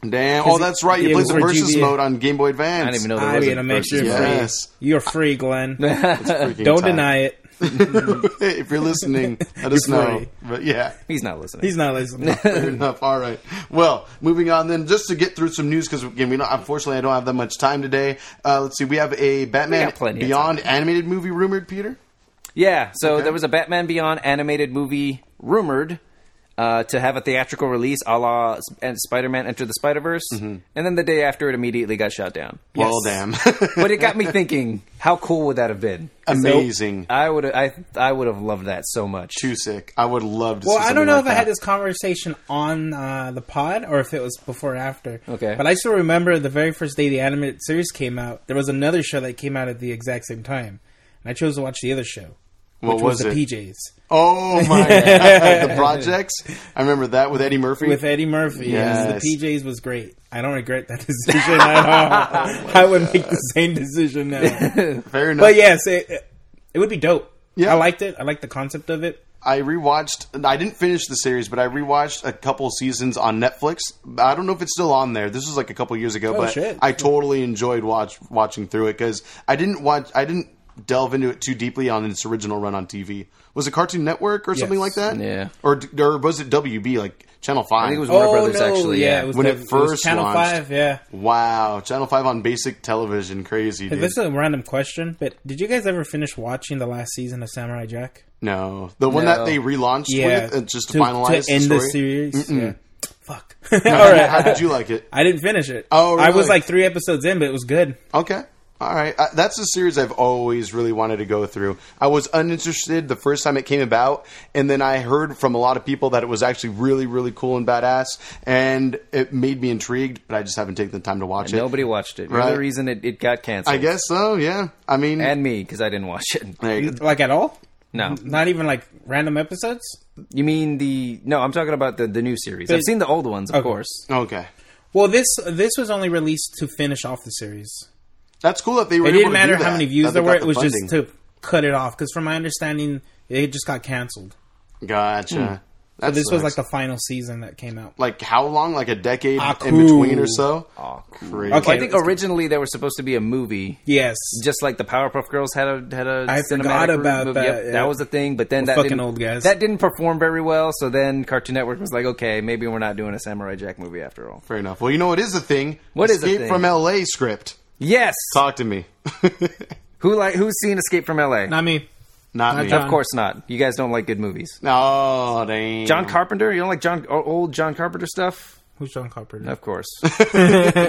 [SPEAKER 1] Damn. Oh, that's right. You
[SPEAKER 3] it
[SPEAKER 1] played
[SPEAKER 3] was
[SPEAKER 1] the
[SPEAKER 3] for
[SPEAKER 1] versus
[SPEAKER 3] GBA.
[SPEAKER 1] mode on Game Boy Advance.
[SPEAKER 2] I didn't even know there
[SPEAKER 3] I
[SPEAKER 2] Oh, was
[SPEAKER 3] mean,
[SPEAKER 2] a
[SPEAKER 3] to make
[SPEAKER 2] versus
[SPEAKER 3] sure you're
[SPEAKER 1] versus
[SPEAKER 2] mode.
[SPEAKER 3] free.
[SPEAKER 1] Yes.
[SPEAKER 3] You're free, Glenn. Don't
[SPEAKER 1] Freaking time.
[SPEAKER 3] deny it.
[SPEAKER 1] if you're listening, let us
[SPEAKER 3] You're
[SPEAKER 1] know.
[SPEAKER 3] free.
[SPEAKER 1] But yeah.
[SPEAKER 2] He's not listening.
[SPEAKER 3] He's not listening.
[SPEAKER 1] Fair enough. All right. Well, moving on then, just to get through some news because again, we don't, unfortunately I don't have that much time today. Uh, let's see. We have a Batman
[SPEAKER 2] got plenty of
[SPEAKER 1] Beyond animated movie rumored. Peter.
[SPEAKER 2] Yeah, so there was a Batman Beyond animated movie rumored uh, to have a theatrical release a la S- and Spider-Man Enter the Spider-Verse, and then the day after it immediately got shot down.
[SPEAKER 1] Mm-hmm. Well, damn.
[SPEAKER 2] but it got me thinking, how cool would that have been?
[SPEAKER 1] Amazing.
[SPEAKER 2] I would I I would have loved that so much.
[SPEAKER 1] Too sick. I would love to.
[SPEAKER 3] Well,
[SPEAKER 1] see
[SPEAKER 3] I
[SPEAKER 1] something
[SPEAKER 3] don't know
[SPEAKER 1] like
[SPEAKER 3] if I had
[SPEAKER 1] that.
[SPEAKER 3] this conversation on uh, the pod or if it was before or after.
[SPEAKER 2] Okay.
[SPEAKER 3] But I still remember the very first day the animated series came out, there was another show that came out at the exact same time. And I chose to watch the other show,
[SPEAKER 1] What
[SPEAKER 3] which
[SPEAKER 1] was,
[SPEAKER 3] the
[SPEAKER 1] it?
[SPEAKER 3] PJs
[SPEAKER 1] Oh my god, the projects! I remember that with Eddie Murphy.
[SPEAKER 3] with Eddie Murphy.
[SPEAKER 1] Yes.
[SPEAKER 3] Yes. The PJs was great. I don't regret that decision at all. I would make the same decision now.
[SPEAKER 1] Fair enough.
[SPEAKER 3] but yes, it, it would be dope.
[SPEAKER 1] Yeah.
[SPEAKER 3] I liked it. I liked the concept of it.
[SPEAKER 1] I rewatched. I didn't finish the series, but I rewatched a couple seasons on Netflix. I don't know if it's still on there. This was like a couple years ago, but
[SPEAKER 3] Oh, shit.
[SPEAKER 1] I totally enjoyed watch watching through it because I didn't watch. I didn't delve into it too deeply on its original run on TV. Was it Cartoon Network or something like
[SPEAKER 3] Yes.
[SPEAKER 1] that?
[SPEAKER 2] Yeah.
[SPEAKER 1] or or was it WB like Channel Five? Oh,
[SPEAKER 2] think it was Warner Brothers, actually, yeah.
[SPEAKER 3] Oh, it was
[SPEAKER 1] When
[SPEAKER 3] the-
[SPEAKER 1] it
[SPEAKER 3] was
[SPEAKER 1] first
[SPEAKER 3] Channel
[SPEAKER 1] launched.
[SPEAKER 3] 5, yeah.
[SPEAKER 1] wow, Channel Five on basic television, crazy. Dude.
[SPEAKER 3] This is a random question, but did you guys ever finish watching the last season of Samurai Jack?
[SPEAKER 1] No, the one
[SPEAKER 2] No.
[SPEAKER 1] that they relaunched
[SPEAKER 3] Yeah,
[SPEAKER 1] with uh, just to,
[SPEAKER 3] to-
[SPEAKER 1] finalize
[SPEAKER 3] to end
[SPEAKER 1] the
[SPEAKER 3] the,
[SPEAKER 1] story.
[SPEAKER 3] series. Yeah. Fuck.
[SPEAKER 1] How
[SPEAKER 3] All
[SPEAKER 1] did- How
[SPEAKER 3] right.
[SPEAKER 1] did you like it?
[SPEAKER 3] I didn't finish it.
[SPEAKER 1] Oh,
[SPEAKER 3] I was
[SPEAKER 1] really?
[SPEAKER 3] like three episodes in, but it was good.
[SPEAKER 1] Okay. All right. Uh, that's a series I've always really wanted to go through. I was uninterested the first time it came about, and then I heard from a lot of people that it was actually really, really cool and badass, and it made me intrigued, but I just haven't taken the time to watch it.
[SPEAKER 2] Nobody watched it. You're
[SPEAKER 1] Right.
[SPEAKER 2] the reason it, it got canceled.
[SPEAKER 1] I guess so, yeah. I mean,
[SPEAKER 2] And me because I didn't watch it.
[SPEAKER 1] hey,
[SPEAKER 3] Like at all?
[SPEAKER 2] No,
[SPEAKER 3] Not even like random episodes?
[SPEAKER 2] you mean the no? I'm talking about the the new series. I've
[SPEAKER 3] It-
[SPEAKER 2] seen the old ones, of course.
[SPEAKER 1] okay.
[SPEAKER 3] Well, this this was only released to finish off the series.
[SPEAKER 1] That's cool that they were
[SPEAKER 3] It
[SPEAKER 1] able
[SPEAKER 3] didn't
[SPEAKER 1] to do
[SPEAKER 3] matter how
[SPEAKER 1] that,
[SPEAKER 3] many views
[SPEAKER 1] that they
[SPEAKER 3] there were.
[SPEAKER 1] got
[SPEAKER 3] It
[SPEAKER 1] the
[SPEAKER 3] was
[SPEAKER 1] funding.
[SPEAKER 3] just to cut it off because, from my understanding, it just got canceled.
[SPEAKER 1] Gotcha.
[SPEAKER 3] So this was like
[SPEAKER 1] sucks.
[SPEAKER 3] the final season that came out.
[SPEAKER 1] Like how long? Like a decade
[SPEAKER 3] Ah,
[SPEAKER 1] in between
[SPEAKER 3] cool.
[SPEAKER 1] or so.
[SPEAKER 2] Aw,
[SPEAKER 1] Crazy.
[SPEAKER 3] Okay.
[SPEAKER 2] I think originally they were supposed to be a movie,
[SPEAKER 3] Yes,
[SPEAKER 2] just like the Powerpuff Girls had a had a
[SPEAKER 3] I
[SPEAKER 2] cinematic
[SPEAKER 3] forgot
[SPEAKER 2] re-
[SPEAKER 3] about
[SPEAKER 2] movie.
[SPEAKER 3] that,
[SPEAKER 2] Yep,
[SPEAKER 3] yeah.
[SPEAKER 2] That was the thing, but then that
[SPEAKER 3] fucking
[SPEAKER 2] didn't,
[SPEAKER 3] old guys.
[SPEAKER 2] that didn't perform very well. So then Cartoon Network was like, okay, maybe we're not doing a Samurai Jack movie after all.
[SPEAKER 1] Fair enough. Well, you know what is a thing?
[SPEAKER 2] What is a
[SPEAKER 1] Escape
[SPEAKER 2] thing?
[SPEAKER 1] from L.A. script.
[SPEAKER 2] Yes,
[SPEAKER 1] Talk to me.
[SPEAKER 2] who like who's seen Escape from L.A.?
[SPEAKER 3] not me.
[SPEAKER 1] Not me.
[SPEAKER 3] John.
[SPEAKER 2] of course not. You guys don't like good movies.
[SPEAKER 1] Oh, damn.
[SPEAKER 2] John Carpenter, you don't like John o- old John Carpenter stuff?
[SPEAKER 3] Who's John Carpenter?
[SPEAKER 2] Of course.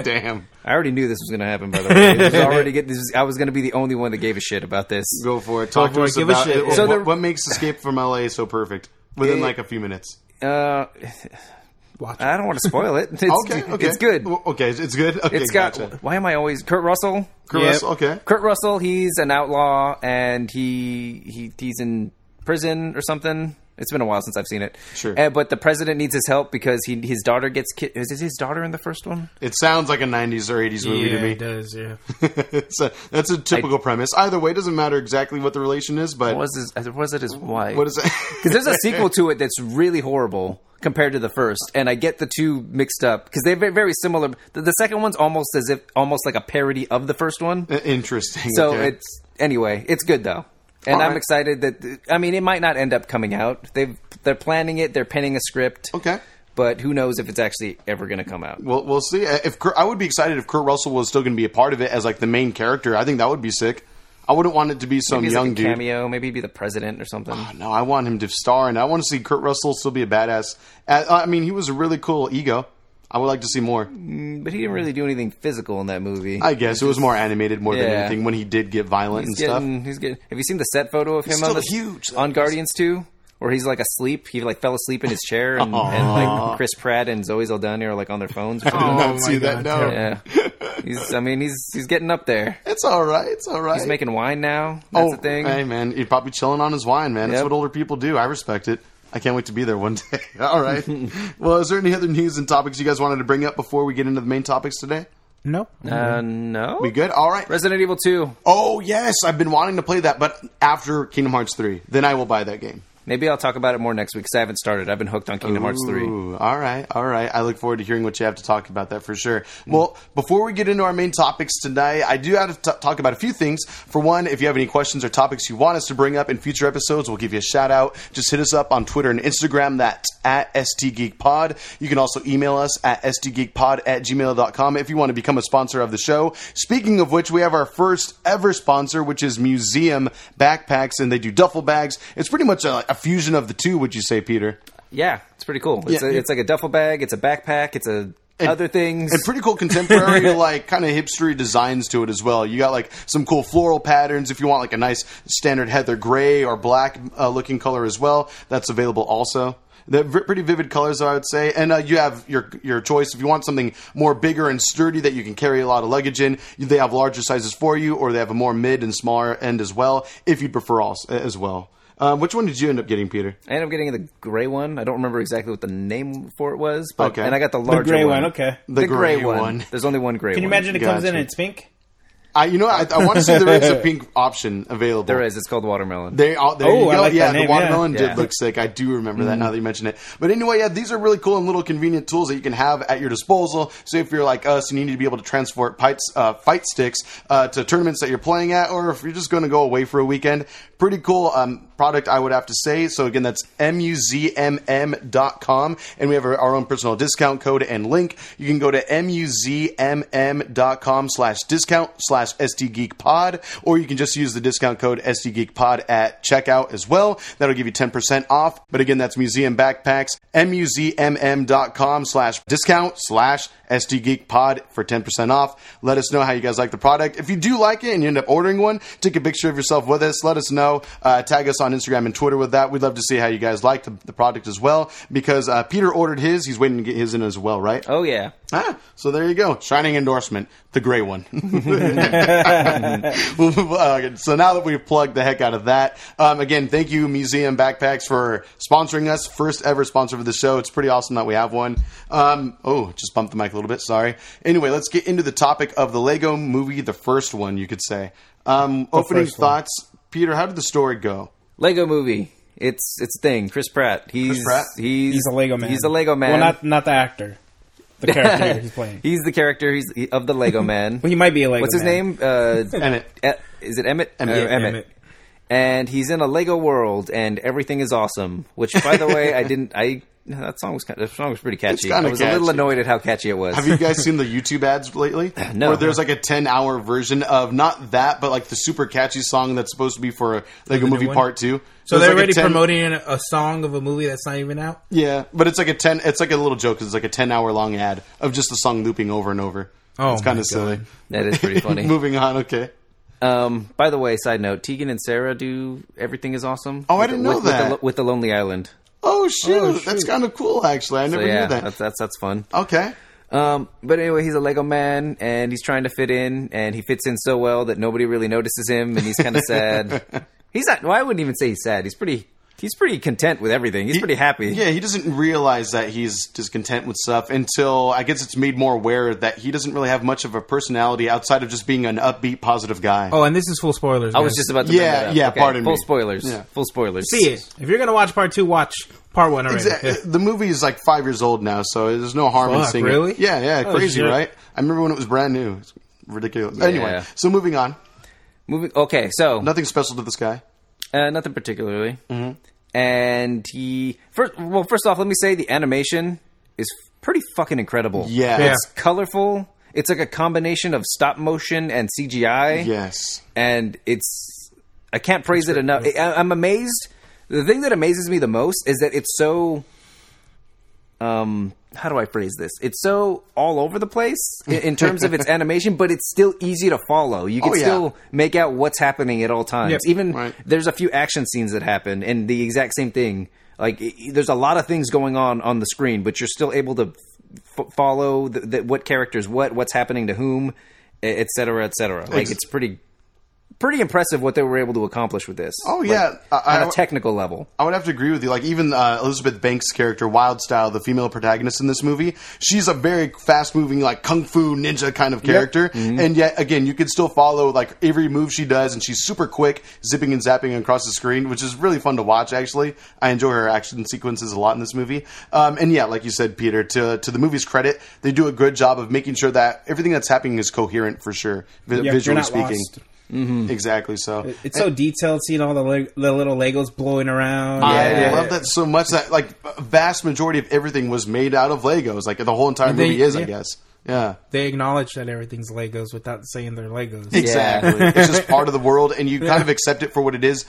[SPEAKER 1] damn.
[SPEAKER 2] I already knew this was going to happen. By the way, It was already get, this was, I was going to be the only one that gave a shit about this.
[SPEAKER 1] Go for it. Talk
[SPEAKER 3] for
[SPEAKER 1] to
[SPEAKER 3] it.
[SPEAKER 1] us
[SPEAKER 3] Give a
[SPEAKER 1] about
[SPEAKER 3] shit.
[SPEAKER 1] it.
[SPEAKER 3] So
[SPEAKER 1] what,
[SPEAKER 2] there-
[SPEAKER 1] what makes Escape from L.A. so perfect within
[SPEAKER 2] It-
[SPEAKER 1] like a few minutes.
[SPEAKER 2] Uh,
[SPEAKER 3] Watch.
[SPEAKER 2] I don't want to spoil it. It's,
[SPEAKER 1] Okay. Okay.
[SPEAKER 2] it's good.
[SPEAKER 1] Well, Okay. It's good. Okay.
[SPEAKER 2] It's got.
[SPEAKER 1] Gotcha.
[SPEAKER 2] Why am I always Kurt Russell?
[SPEAKER 1] Kurt
[SPEAKER 3] Yep.
[SPEAKER 1] Russell, Okay.
[SPEAKER 2] Kurt Russell. He's an outlaw, and he he he's in prison or something. It's been a while since I've seen it.
[SPEAKER 1] Sure.
[SPEAKER 2] Uh, but the president needs his help because he his daughter gets kid. Is it his daughter in the first one?
[SPEAKER 1] It sounds like a '90s or '80s movie
[SPEAKER 3] yeah,
[SPEAKER 1] to me.
[SPEAKER 3] it does. Yeah,
[SPEAKER 1] it's a, that's a typical premise. Either way, it doesn't matter exactly what the relation is, but
[SPEAKER 2] Was his uh, was it his wife?
[SPEAKER 1] what is it?
[SPEAKER 2] Because there's a sequel to it that's really horrible compared to the first, and I get the two mixed up because they're ve- very similar. The, the second one's almost as if almost like a parody of the first one.
[SPEAKER 1] Interesting.
[SPEAKER 2] So
[SPEAKER 1] okay.
[SPEAKER 2] it's anyway, it's good though, and
[SPEAKER 1] All
[SPEAKER 2] I'm
[SPEAKER 1] right.
[SPEAKER 2] excited that I mean it might not end up coming out. They've they're planning it, they're penning a script,
[SPEAKER 1] okay.
[SPEAKER 2] but who knows if it's actually ever going to come out?
[SPEAKER 1] We'll we'll see. Uh, If Kurt, I would be excited if Kurt Russell was still going to be a part of it as like the main character. I think that would be sick. I wouldn't want it to be some
[SPEAKER 2] Maybe it's
[SPEAKER 1] young
[SPEAKER 2] like a
[SPEAKER 1] dude. Um,
[SPEAKER 2] cameo, maybe he'd be the president or something.
[SPEAKER 1] No, I want him to star, and I want to see Kurt Russell still be a badass. Uh, I mean, he was a really cool ego. I would like to see more.
[SPEAKER 2] But he didn't really do anything physical in that movie.
[SPEAKER 1] I guess it was more animated more than
[SPEAKER 2] Mm-hmm. Yeah.
[SPEAKER 1] anything when he did get violent
[SPEAKER 2] He's
[SPEAKER 1] and stuff.
[SPEAKER 2] getting, he's getting. Have you seen the set photo of him
[SPEAKER 1] still
[SPEAKER 2] on the
[SPEAKER 1] huge, though.
[SPEAKER 2] on Guardians Two, where he's like asleep? He like fell asleep in his chair, and, and like Chris Pratt and Zoe Saldana are like on their phones. or something.
[SPEAKER 1] not
[SPEAKER 3] my
[SPEAKER 1] see that, no.
[SPEAKER 2] Oh yeah, he's. I mean, he's he's getting up there.
[SPEAKER 1] It's all right. It's all right.
[SPEAKER 2] He's making wine now. That's
[SPEAKER 1] oh,
[SPEAKER 2] the thing.
[SPEAKER 1] Hey, man, he's probably chilling on his wine, man. That's
[SPEAKER 2] Yep.
[SPEAKER 1] what older people do. I respect it. I can't wait to be there one day. all right. well, is there any other news and topics you guys wanted to bring up before we get into the main topics today?
[SPEAKER 3] no.
[SPEAKER 2] Uh, no.
[SPEAKER 1] We good? All right.
[SPEAKER 2] Resident Evil Two.
[SPEAKER 1] Oh yes, I've been wanting to play that, but after Kingdom Hearts three, then I will buy that game.
[SPEAKER 2] Maybe I'll talk about it more next week because I haven't started. I've been hooked on Kingdom Hearts Three.
[SPEAKER 1] Ooh, all right, all right. I look forward to hearing what you have to talk about that for sure.
[SPEAKER 2] Mm.
[SPEAKER 1] Well, before we get into our main topics tonight, I do have to t- talk about a few things. For one, if you have any questions or topics you want us to bring up in future episodes, we'll give you a shout out. Just hit us up on Twitter and Instagram. That's at STGeekPod. You can also email us at STGeekPod at gmail.com if you want to become a sponsor of the show. Speaking of which, we have our first ever sponsor, which is Museum Backpacks, and they do duffel bags. It's pretty much a, a fusion of the two, would you say, Peter?
[SPEAKER 2] Yeah, it's pretty cool. It's,
[SPEAKER 1] Yeah.
[SPEAKER 2] a, it's like a duffel bag. It's a backpack. It's a other things.
[SPEAKER 1] and pretty cool contemporary like kind of hipstery designs to it as well. You got like some cool floral patterns if you want like a nice standard heather gray or black uh, looking color as well. That's available also. They're v- pretty vivid colors, I would say. And uh, you have your your choice if you want something more bigger and sturdy that you can carry a lot of luggage in. They have larger sizes for you, or they have a more mid and smaller end as well if you prefer all as well. Um, which one did you end up getting, Peter?
[SPEAKER 2] I ended up getting the gray one. I don't remember exactly what the name for it was, but
[SPEAKER 1] Okay.
[SPEAKER 2] and I got the
[SPEAKER 3] The
[SPEAKER 2] larger
[SPEAKER 3] gray one. Okay.
[SPEAKER 2] The,
[SPEAKER 1] gray
[SPEAKER 2] gray, one. There's only one gray
[SPEAKER 3] Can you
[SPEAKER 2] one.
[SPEAKER 3] imagine it comes in
[SPEAKER 1] Gotcha.
[SPEAKER 3] and it's pink?
[SPEAKER 1] I, you know, I, I want to say there is a pink option available.
[SPEAKER 2] There is. It's called watermelon.
[SPEAKER 1] They all there
[SPEAKER 3] Oh,
[SPEAKER 1] you
[SPEAKER 3] I
[SPEAKER 1] go.
[SPEAKER 3] like
[SPEAKER 1] yeah,
[SPEAKER 3] that name, Mm-hmm.
[SPEAKER 1] the watermelon
[SPEAKER 2] yeah.
[SPEAKER 1] did
[SPEAKER 2] Yeah.
[SPEAKER 1] look sick. I do remember that now that you mention it. But anyway, yeah, these are really cool and little convenient tools that you can have at your disposal. So if you're like us and you need to be able to transport pipes, uh, fight sticks uh, to tournaments that you're playing at, or if you're just going to go away for a weekend, pretty cool um, product I would have to say. So again, that's muzmm.com, and we have our, our own personal discount code and link. You can go to muzmm.com slash discount slash sdgeekpod, or you can just use the discount code sdgeekpod at checkout as well. That'll give you 10% off. But again, that's Museum Backpacks, muzmm.com slash discount slash sdgeekpod for 10% off. Let us know how you guys like the product. If you do like it and you end up ordering one, take a picture of yourself with us. Let us know. Uh, tag us on Instagram and Twitter with that. We'd love to see how you guys like the, the product as well because uh, Peter ordered his. He's waiting to get his in as well, right?
[SPEAKER 2] Oh yeah.
[SPEAKER 1] Ah, so there you go. Shining endorsement, the gray one. Uh, so now that we've plugged the heck out of that, um, again, thank you, Museum Backpacks, for sponsoring us. First ever sponsor for the show. It's pretty awesome that we have one. Um, oh, just bumped the mic a little bit. Sorry. Anyway, let's get into the topic of the Lego movie, the first one, you could say. Um, opening
[SPEAKER 3] first one.
[SPEAKER 1] thoughts. Peter, how did the story go?
[SPEAKER 2] Lego Movie. It's it's a thing. Chris Pratt. He's
[SPEAKER 1] Pratt?
[SPEAKER 2] he's
[SPEAKER 3] He's a Lego man.
[SPEAKER 2] He's a Lego man.
[SPEAKER 3] Well, not not the actor, the character he's playing.
[SPEAKER 2] He's the character. He's he- of the Lego man.
[SPEAKER 3] Well, he might be a Lego.
[SPEAKER 2] What's his
[SPEAKER 3] man.
[SPEAKER 2] name? Uh,
[SPEAKER 1] And it,
[SPEAKER 2] E- is it Emmett?
[SPEAKER 1] Emmett.
[SPEAKER 2] Uh,
[SPEAKER 1] Yeah,
[SPEAKER 2] Emmett.
[SPEAKER 3] Emmett.
[SPEAKER 2] And he's in a Lego world, and everything is awesome. Which, by the way, I didn't. I that song was kind that song was pretty catchy. I
[SPEAKER 1] kinda
[SPEAKER 2] was a little
[SPEAKER 1] catchy.
[SPEAKER 2] annoyed at how catchy it was.
[SPEAKER 1] have you guys seen the YouTube ads lately?
[SPEAKER 2] No.
[SPEAKER 1] Where there's like a 10 hour version of not that, but like the super catchy song that's supposed to be for Lego Movie
[SPEAKER 3] new one?
[SPEAKER 1] Part 2.
[SPEAKER 3] So
[SPEAKER 1] There's, like, a
[SPEAKER 3] they're already
[SPEAKER 1] 10
[SPEAKER 3] promoting a a song of a movie that's not even out.
[SPEAKER 1] Yeah, but it's like a 10, it's like a little joke 'cause it's like a 10 hour long ad of just the song looping over and over.
[SPEAKER 3] Oh,
[SPEAKER 1] it's kind
[SPEAKER 3] my
[SPEAKER 1] of silly.
[SPEAKER 2] that is pretty funny.
[SPEAKER 1] Moving on, okay.
[SPEAKER 2] um, by the way, side note: Tegan and Sarah do everything is awesome.
[SPEAKER 1] Oh, I
[SPEAKER 2] With-
[SPEAKER 1] didn't know
[SPEAKER 2] with, with
[SPEAKER 1] that.
[SPEAKER 2] the, Lo- with the Lonely Island.
[SPEAKER 1] Oh shoot,
[SPEAKER 3] Oh, shoot.
[SPEAKER 1] that's kind of cool actually. I never
[SPEAKER 2] So yeah,
[SPEAKER 1] knew that.
[SPEAKER 2] that's that's that's fun.
[SPEAKER 1] Okay.
[SPEAKER 2] Um, but anyway, he's a Lego man, and he's trying to fit in, and he fits in so well that nobody really notices him, and he's kind of sad. He's not. Well, I wouldn't even say he's sad. He's pretty. He's pretty content with everything. He's pretty happy.
[SPEAKER 1] Yeah, he doesn't realize that he's discontent with stuff until I guess it's made more aware that he doesn't really have much of a personality outside of just being an upbeat, positive guy.
[SPEAKER 3] Oh, and this is full spoilers.
[SPEAKER 2] I was
[SPEAKER 3] guys.
[SPEAKER 2] just about to. bring
[SPEAKER 1] Yeah,
[SPEAKER 2] that up.
[SPEAKER 1] yeah, pardon
[SPEAKER 2] full
[SPEAKER 1] me.
[SPEAKER 2] spoilers.
[SPEAKER 1] Yeah.
[SPEAKER 2] Full spoilers.
[SPEAKER 3] see it. If you're gonna watch part two, watch part one already.
[SPEAKER 1] Exa- The movie is like five years old now, so there's no harm in
[SPEAKER 3] Fuck,
[SPEAKER 1] seeing
[SPEAKER 3] really?
[SPEAKER 1] it. Yeah, yeah,
[SPEAKER 3] Oh,
[SPEAKER 1] crazy,
[SPEAKER 3] shit.
[SPEAKER 1] right? I remember when it was brand new. It's ridiculous. Anyway,
[SPEAKER 2] Yeah.
[SPEAKER 1] so moving on.
[SPEAKER 2] Moving. Okay, so
[SPEAKER 1] Nothing special to this guy.
[SPEAKER 2] uh, nothing particularly.
[SPEAKER 1] Mm-hmm.
[SPEAKER 2] And he first. Well, first off, let me say the animation is pretty fucking incredible.
[SPEAKER 1] Yeah.
[SPEAKER 3] Yeah.
[SPEAKER 2] it's colorful. It's like a combination of stop motion and CGI.
[SPEAKER 1] Yes.
[SPEAKER 2] and it's I can't praise it enough. I, I'm amazed. The thing that amazes me the most is that it's so. Um, how do I phrase this? It's so all over the place in, in terms of its animation, but it's still easy to follow. You can
[SPEAKER 1] Oh, yeah.
[SPEAKER 2] still make out what's happening at all times.
[SPEAKER 3] Yep.
[SPEAKER 2] Even
[SPEAKER 1] Right.
[SPEAKER 2] there's a few action scenes that happen, and the exact same thing. Like i- i- there's a lot of things going on on the screen, but you're still able to f- follow the, the, what characters, what what's happening to whom, e- et cetera, et cetera. Like
[SPEAKER 1] Ex-
[SPEAKER 2] it's pretty pretty impressive what they were able to accomplish with this.
[SPEAKER 1] Oh, yeah. I-
[SPEAKER 2] on
[SPEAKER 1] I-
[SPEAKER 2] a technical level.
[SPEAKER 1] I would have to agree with you. Like even uh, Elizabeth Banks' character, Wildstyle, the female protagonist in this movie, she's a very fast-moving, like kung fu ninja kind of character.
[SPEAKER 3] Mm-hmm.
[SPEAKER 1] And yet, again, you can still follow like every move she does, and she's super quick, zipping and zapping across the screen, which is really fun to watch. Actually, I enjoy her action sequences a lot in this movie. Um, and yeah, like you said, Peter, to to the movie's credit, they do a good job of making sure that everything that's happening is coherent for sure, vi-
[SPEAKER 3] you're
[SPEAKER 1] visually
[SPEAKER 3] not
[SPEAKER 1] speaking.
[SPEAKER 3] lost. Mm.
[SPEAKER 1] Exactly. So
[SPEAKER 3] It's so detailed, seeing all the, le- the little Legos blowing around.
[SPEAKER 1] I
[SPEAKER 2] Yeah.
[SPEAKER 1] love that so much. That like a vast majority of everything was made out of Legos. Like the whole entire
[SPEAKER 3] they-
[SPEAKER 1] movie is, I
[SPEAKER 3] yeah.
[SPEAKER 1] guess. Yeah,
[SPEAKER 3] They acknowledge that everything's Legos without saying they're Legos.
[SPEAKER 1] exactly. it's just part of the world, and you kind of accept it for what it is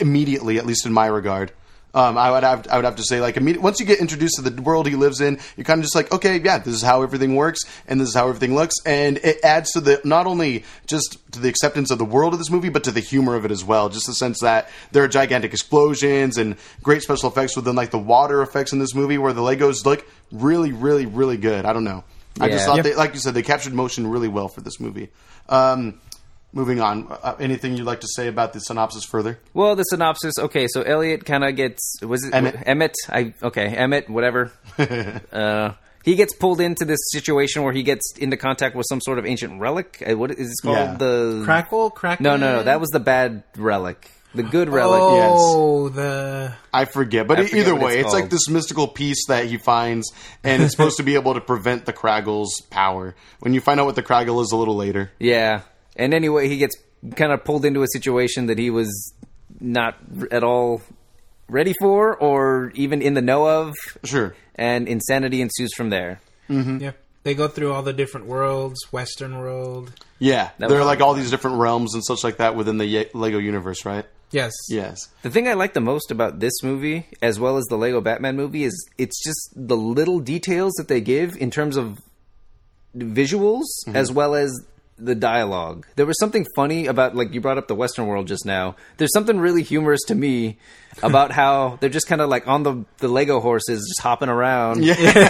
[SPEAKER 1] immediately, at least in my regard. Um, I would have, I would have to say like immedi- once you get introduced to the world he lives in, you're kind of just like okay, yeah, this is how everything works, and this is how everything looks, and it adds to the not only just to the acceptance of the world of this movie, but to the humor of it as well. Just the sense that there are gigantic explosions and great special effects within like the water effects in this movie, where the Legos look really, really, really good. I don't know. I just
[SPEAKER 2] Yeah.
[SPEAKER 1] thought
[SPEAKER 2] Yep.
[SPEAKER 1] they, like you said, they captured motion really well for this movie. Um, moving on, uh, anything you'd like to say about the synopsis further?
[SPEAKER 2] Well, the synopsis. Okay, so Elliot kind of gets was it
[SPEAKER 1] Emmett.
[SPEAKER 2] Emmett? I okay, Emmett. Whatever. uh, he gets pulled into this situation where he gets into contact with some sort of ancient relic. Uh, What is it called?
[SPEAKER 1] Yeah.
[SPEAKER 2] The
[SPEAKER 3] Crackle, crackle.
[SPEAKER 2] No, no, no. That was the bad relic. The good relic.
[SPEAKER 3] Oh, the
[SPEAKER 1] I forget, but e-,
[SPEAKER 2] forget
[SPEAKER 1] either
[SPEAKER 2] what
[SPEAKER 1] way,
[SPEAKER 2] it's
[SPEAKER 1] it's, like
[SPEAKER 2] called.
[SPEAKER 1] this mystical piece that he finds, and it's supposed to be able to prevent the Kraggle's power. When you find out what the Kraggle is a little later,
[SPEAKER 2] Yeah. And anyway, he gets kind of pulled into a situation that he was not r- at all ready for or even in the know of.
[SPEAKER 1] sure.
[SPEAKER 2] And insanity ensues from there.
[SPEAKER 3] yeah. They go through all the different worlds, Western world.
[SPEAKER 1] Yeah, there
[SPEAKER 2] was
[SPEAKER 1] are like
[SPEAKER 2] fun.
[SPEAKER 1] all these different realms and such like that within the Ye- Lego universe, right?
[SPEAKER 3] Yes.
[SPEAKER 1] Yes.
[SPEAKER 2] The thing I like the most about this movie, as well as the Lego Batman movie, is it's just the little details that they give in terms of visuals as well as the dialogue. There was something funny about, like, you brought up the Western world just now. There's something really humorous to me about how they're just kind of like on the, the Lego horses, just hopping around.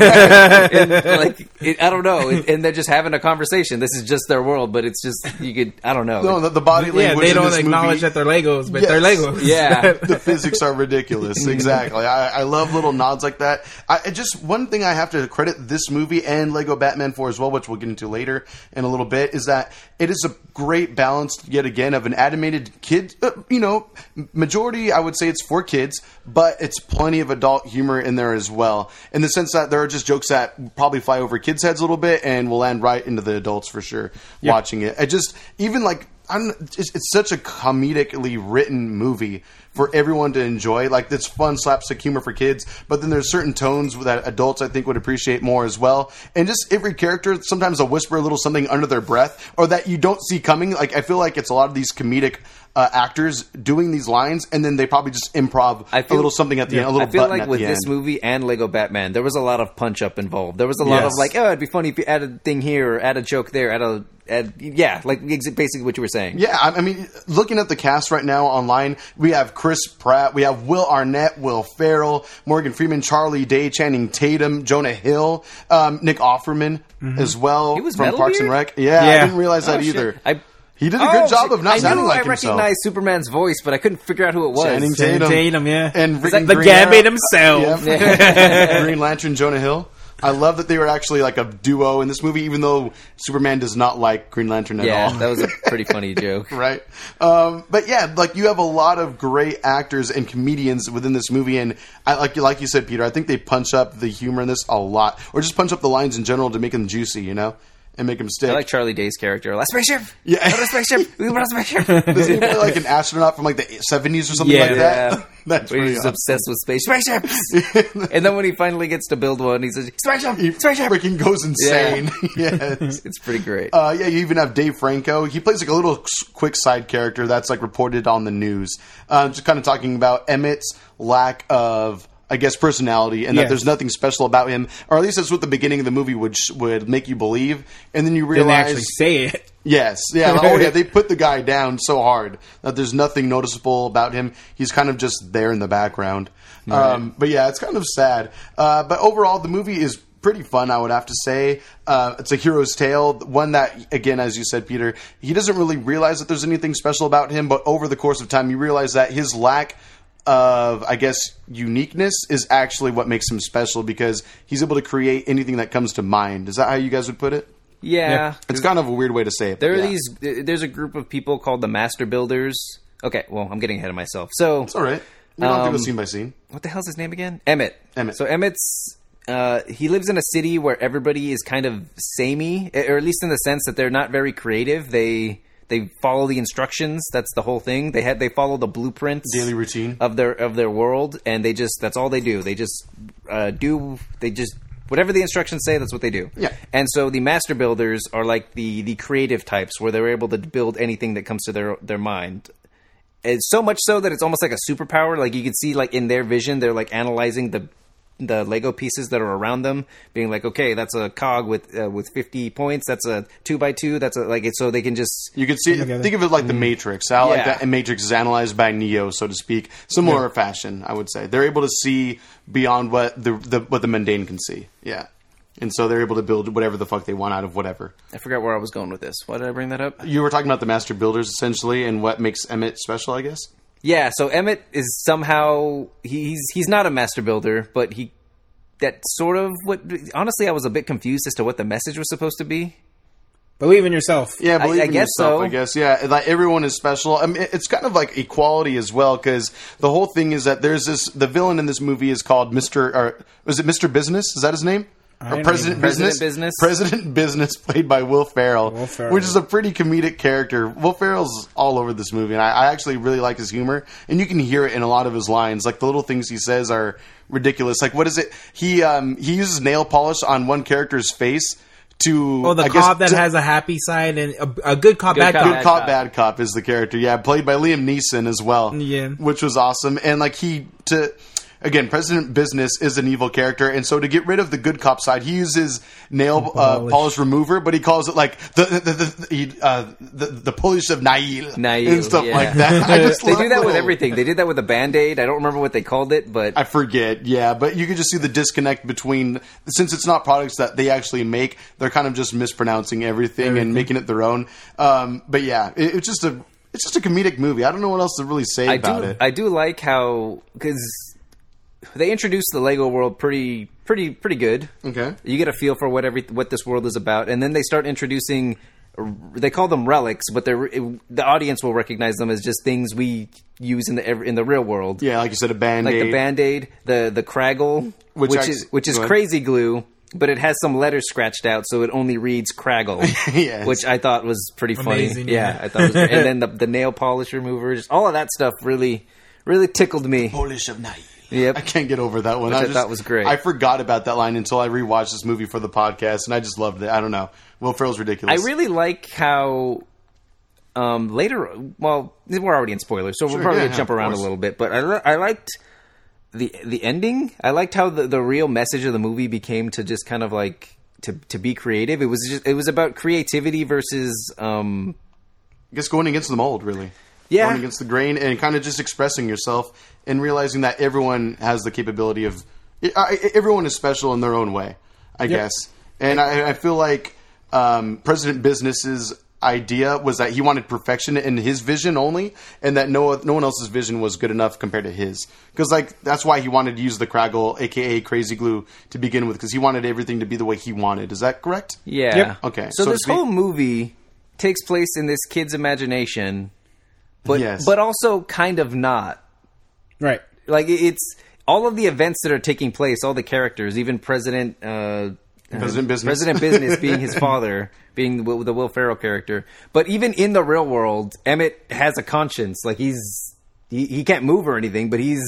[SPEAKER 2] And, like, it, I don't know. And, and they're just having a conversation. This is just their world, but it's just, you could, I don't know.
[SPEAKER 1] No, the, the body
[SPEAKER 3] Yeah,
[SPEAKER 1] language.
[SPEAKER 3] they
[SPEAKER 1] in
[SPEAKER 3] don't
[SPEAKER 1] this
[SPEAKER 3] acknowledge
[SPEAKER 1] movie,
[SPEAKER 3] that they're Legos, but they're
[SPEAKER 1] Yes.
[SPEAKER 3] Legos.
[SPEAKER 2] yeah.
[SPEAKER 1] the physics are ridiculous. Exactly. I, I love little nods like that. I I just one thing I have to credit this movie and Lego Batman for as well, which we'll get into later in a little bit, is that that it is a great balance yet again of an animated kid. Uh, you know, m- majority I would say it's for kids, but it's plenty of adult humor in there as well. In the sense that there are just jokes that probably fly over kids' heads a little bit and will land right into the adults for sure. Watching it, I just even like I'm, it's, it's such a comedically written movie for everyone to enjoy. Like it's fun slapstick humor for kids, but then there's certain tones that adults I think would appreciate more as well. And just every character sometimes they'll whisper a little something under their breath or that you don't see coming. Like I feel like it's a lot of these comedic uh, actors doing these lines, and then they probably just improv
[SPEAKER 2] I feel-
[SPEAKER 1] a little something at the end, a little
[SPEAKER 2] I feel
[SPEAKER 1] button
[SPEAKER 2] like
[SPEAKER 1] at
[SPEAKER 2] with
[SPEAKER 1] the
[SPEAKER 2] this
[SPEAKER 1] end.
[SPEAKER 2] movie and Lego Batman, there was a lot of punch up involved. There was a lot
[SPEAKER 1] Yes.
[SPEAKER 2] of like, oh, it'd be funny if you add a thing here or add a joke there, add a, add, yeah, like ex- basically what you were saying.
[SPEAKER 1] Yeah, I, I mean, looking at the cast right now online, we have Chris Pratt, we have Will Arnett, Will Farrell, Morgan Freeman, Charlie Day, Channing Tatum, Jonah Hill, um, Nick Offerman as well
[SPEAKER 2] He was
[SPEAKER 1] from
[SPEAKER 2] Metal
[SPEAKER 1] Parks and
[SPEAKER 2] Beard?
[SPEAKER 1] Rec. Yeah, I
[SPEAKER 3] Yeah.
[SPEAKER 1] didn't realize that
[SPEAKER 2] Oh, shit.
[SPEAKER 1] either.
[SPEAKER 2] I-
[SPEAKER 1] he did a good
[SPEAKER 2] Oh,
[SPEAKER 1] job of
[SPEAKER 2] I
[SPEAKER 1] not
[SPEAKER 2] knew
[SPEAKER 1] sounding like
[SPEAKER 2] I
[SPEAKER 1] himself.
[SPEAKER 2] recognized Superman's voice, but I couldn't figure out who it was.
[SPEAKER 1] Channing
[SPEAKER 3] Channing
[SPEAKER 1] Tatum,
[SPEAKER 3] Tatum, yeah.
[SPEAKER 1] and
[SPEAKER 3] It's
[SPEAKER 1] freaking
[SPEAKER 3] like the
[SPEAKER 1] Green
[SPEAKER 3] Gambit
[SPEAKER 1] Arrow.
[SPEAKER 3] himself.
[SPEAKER 1] Yeah. Green Lantern, Jonah Hill. I love that they were actually like a duo in this movie, even though Superman does not like Green Lantern at
[SPEAKER 2] yeah,
[SPEAKER 1] all.
[SPEAKER 2] that was a pretty funny joke.
[SPEAKER 1] right? Um, but yeah, like you have a lot of great actors and comedians within this movie, and I like like you said, Peter. I think they punch up the humor in this a lot, or just punch up the lines in general to make them juicy, you know, and make them stick.
[SPEAKER 2] I like Charlie Day's character. Last spaceship.
[SPEAKER 1] Yeah.
[SPEAKER 2] Another spaceship. We brought a spaceship.
[SPEAKER 1] Isn't he really like an astronaut from like the seventies or something
[SPEAKER 3] Yeah.
[SPEAKER 1] like that?
[SPEAKER 2] Yeah.
[SPEAKER 1] That's
[SPEAKER 2] Where
[SPEAKER 1] pretty
[SPEAKER 2] he's just
[SPEAKER 1] awesome.
[SPEAKER 2] obsessed with space spaceships. and then when he finally gets to build one, he says,
[SPEAKER 1] He
[SPEAKER 2] "Spaceship, spaceship."
[SPEAKER 1] freaking goes insane. yes.
[SPEAKER 2] It's pretty great.
[SPEAKER 1] Uh, yeah, you even have Dave Franco. He plays like a little s- quick side character that's like reported on the news. Um, just kind of talking about Emmett's lack of, I guess, personality, and that
[SPEAKER 3] Yeah.
[SPEAKER 1] there's nothing special about him, or at least that's what the beginning of the movie would sh- would make you believe, and then you
[SPEAKER 3] Didn't
[SPEAKER 1] realize,
[SPEAKER 3] actually say it.
[SPEAKER 1] yes, yeah, oh yeah, they put the guy down so hard that there's nothing noticeable about him. He's kind of just there in the background. Um, but yeah, it's kind of sad. Uh, but overall, the movie is pretty fun. I would have to say uh, it's a hero's tale, one that, again, as you said, Peter, he doesn't really realize that there's anything special about him. But over the course of time, you realize that his lack of, I guess, uniqueness is actually what makes him special because he's able to create anything that comes to mind. Is that how you guys would put it?
[SPEAKER 2] yeah.
[SPEAKER 1] It's kind of a weird way to say it. but
[SPEAKER 2] There are
[SPEAKER 1] yeah.
[SPEAKER 2] these. th- There's a group of people called the Master Builders. Okay, well, I'm getting ahead of myself. So,
[SPEAKER 1] It's all right. We don't have to go
[SPEAKER 2] Um,
[SPEAKER 1] scene by scene.
[SPEAKER 2] what the hell's his name again? Emmett.
[SPEAKER 1] Emmett.
[SPEAKER 2] So Emmett's. Uh, he lives in a city where everybody is kind of samey, eh, or at least in the sense that they're not very creative. They they follow the instructions. That's the whole thing. They had they follow the blueprints
[SPEAKER 1] Daily routine.
[SPEAKER 2] of their of their world, and they just that's all they do. They just uh, do they just whatever the instructions say. That's what they do.
[SPEAKER 1] Yeah.
[SPEAKER 2] And so the master builders are like the the creative types where they're able to build anything that comes to their their mind. It's so much so that it's almost like a superpower. Like you can see like in their vision, they're like analyzing the the Lego pieces that are around them, being like, okay, that's a cog with uh, with fifty points. That's a two by two. That's a like it's so they can just
[SPEAKER 1] You could see.
[SPEAKER 3] together.
[SPEAKER 1] Think of it like the Matrix. How like
[SPEAKER 2] Mm. Yeah.
[SPEAKER 1] that Matrix is analyzed by Neo, so to speak. Similar fashion, I would say. They're able to see beyond what the, the what the mundane can see. Yeah, and so they're able to build whatever the fuck they want out of whatever.
[SPEAKER 2] I forgot where I was going with this. Why did I bring that up?
[SPEAKER 1] You were talking about the master builders essentially, and what makes Emmett special, I guess.
[SPEAKER 2] Yeah, so Emmett is somehow he- he's he's not a master builder, but he that sort of what honestly I was a bit confused as to what the message was supposed to be.
[SPEAKER 3] Believe in yourself.
[SPEAKER 1] Yeah, believe
[SPEAKER 2] I
[SPEAKER 1] in
[SPEAKER 2] guess
[SPEAKER 1] yourself.
[SPEAKER 2] so.
[SPEAKER 1] I guess yeah. Like everyone is special. I mean, it's kind of like equality as well, because the whole thing is that there's this. The villain in this movie is called Mister. Or was it Mister Business? Is that his name? Or
[SPEAKER 3] don't
[SPEAKER 1] President
[SPEAKER 3] even-
[SPEAKER 1] Business?
[SPEAKER 2] President Business?
[SPEAKER 1] President Business, played by Will Ferrell,
[SPEAKER 3] Will Ferrell.
[SPEAKER 1] which is a pretty comedic character. Will Ferrell's all over this movie, and I, I actually really like his humor, and you can hear it in a lot of his lines. Like the little things he says are ridiculous. Like what is it? He um, he uses nail polish on one character's face. To
[SPEAKER 3] Oh, the
[SPEAKER 1] I guess,
[SPEAKER 3] cop that
[SPEAKER 1] to-
[SPEAKER 3] has a happy side and a, a good cop, bad cop.
[SPEAKER 2] cop,
[SPEAKER 1] Good
[SPEAKER 2] Bad
[SPEAKER 1] Cop,
[SPEAKER 2] Cop.
[SPEAKER 1] Bad Cop is the character. Yeah, played by Liam Neeson as well.
[SPEAKER 3] Yeah.
[SPEAKER 1] which was awesome. And like he to again, President Business is an evil character, and so to get rid of the good cop side, he uses nail uh,
[SPEAKER 3] Polish.
[SPEAKER 1] polish remover, but he calls it like the the the the, he, uh, the, the polish of Nail,
[SPEAKER 2] Nail,
[SPEAKER 1] and stuff
[SPEAKER 2] yeah.
[SPEAKER 1] like that. I just
[SPEAKER 2] They
[SPEAKER 1] love
[SPEAKER 2] do that with
[SPEAKER 1] little-
[SPEAKER 2] everything. They did that with a band aid. I don't remember what they called it, but
[SPEAKER 1] I forget, yeah, but you can just see the disconnect between since it's not products that they actually make, they're kind of just mispronouncing everything, and making it their own. Um, but yeah, it, it's just a it's just a comedic movie. I don't know what else to really say
[SPEAKER 2] I
[SPEAKER 1] about
[SPEAKER 2] do
[SPEAKER 1] it.
[SPEAKER 2] I do like how because they introduced the Lego world pretty pretty pretty good.
[SPEAKER 1] okay,
[SPEAKER 2] You get a feel for what every what this world is about, and then they start introducing they call them relics, but they're it, the audience will recognize them as just things we use in the ev- in the real world.
[SPEAKER 1] Yeah, like you said, a band
[SPEAKER 2] like
[SPEAKER 1] aid.
[SPEAKER 2] the band aid, the the craggle,
[SPEAKER 1] Which
[SPEAKER 2] which,
[SPEAKER 1] acts-
[SPEAKER 2] is which is
[SPEAKER 1] go ahead.
[SPEAKER 2] crazy glue, but it has some letters scratched out, so it only reads craggle,
[SPEAKER 1] Yes.
[SPEAKER 2] which I thought was pretty funny.
[SPEAKER 3] Amazing,
[SPEAKER 2] yeah.
[SPEAKER 3] yeah.
[SPEAKER 2] I thought, it was, and then the the nail polish remover, just all of that stuff really really tickled me.
[SPEAKER 1] Polish of night.
[SPEAKER 2] Yep.
[SPEAKER 1] Oh, I can't get over that one.
[SPEAKER 2] I
[SPEAKER 1] just,
[SPEAKER 2] thought was great.
[SPEAKER 1] I forgot about that line until I rewatched this movie for the podcast, and I just loved it. I don't know. Will Ferrell's
[SPEAKER 2] I
[SPEAKER 1] ridiculous.
[SPEAKER 2] really like how um, later. Well, we're already in spoilers, so we're probably
[SPEAKER 1] yeah,
[SPEAKER 2] gonna jump
[SPEAKER 1] of
[SPEAKER 2] around a
[SPEAKER 1] course.
[SPEAKER 2] little bit. But I, li- I liked the the ending. I liked how the, the real message of the movie became to just kind of like to to be creative. It was just it was about creativity versus um,
[SPEAKER 1] I guess going against the mold, really.
[SPEAKER 2] Yeah.
[SPEAKER 1] Going against the grain and kind of just expressing yourself and realizing that everyone has the capability of. I, I- e, everyone is special in their own way, I guess. And I, I feel like um, President Business's idea was that he wanted perfection in his vision only, and that no no one else's vision was good enough compared to his. Because like that's why he wanted to use the Craggle, aka Crazy Glue, to begin with, because he wanted everything to be the way he wanted. Is that correct?
[SPEAKER 2] yeah.
[SPEAKER 3] Yep.
[SPEAKER 1] Okay,
[SPEAKER 2] So,
[SPEAKER 1] so
[SPEAKER 2] this
[SPEAKER 1] it's be-
[SPEAKER 2] whole movie takes place in this kid's imagination, but
[SPEAKER 1] Yes.
[SPEAKER 2] but also kind of not.
[SPEAKER 3] Right.
[SPEAKER 2] like it- it's all of the events that are taking place, all the characters, even President uh,
[SPEAKER 1] President
[SPEAKER 2] uh,
[SPEAKER 1] Business.
[SPEAKER 2] President Business being his father, being the, Will- the Will Ferrell character. But even in the real world, Emmett has a conscience. Like he's he, he can't move or anything, but he's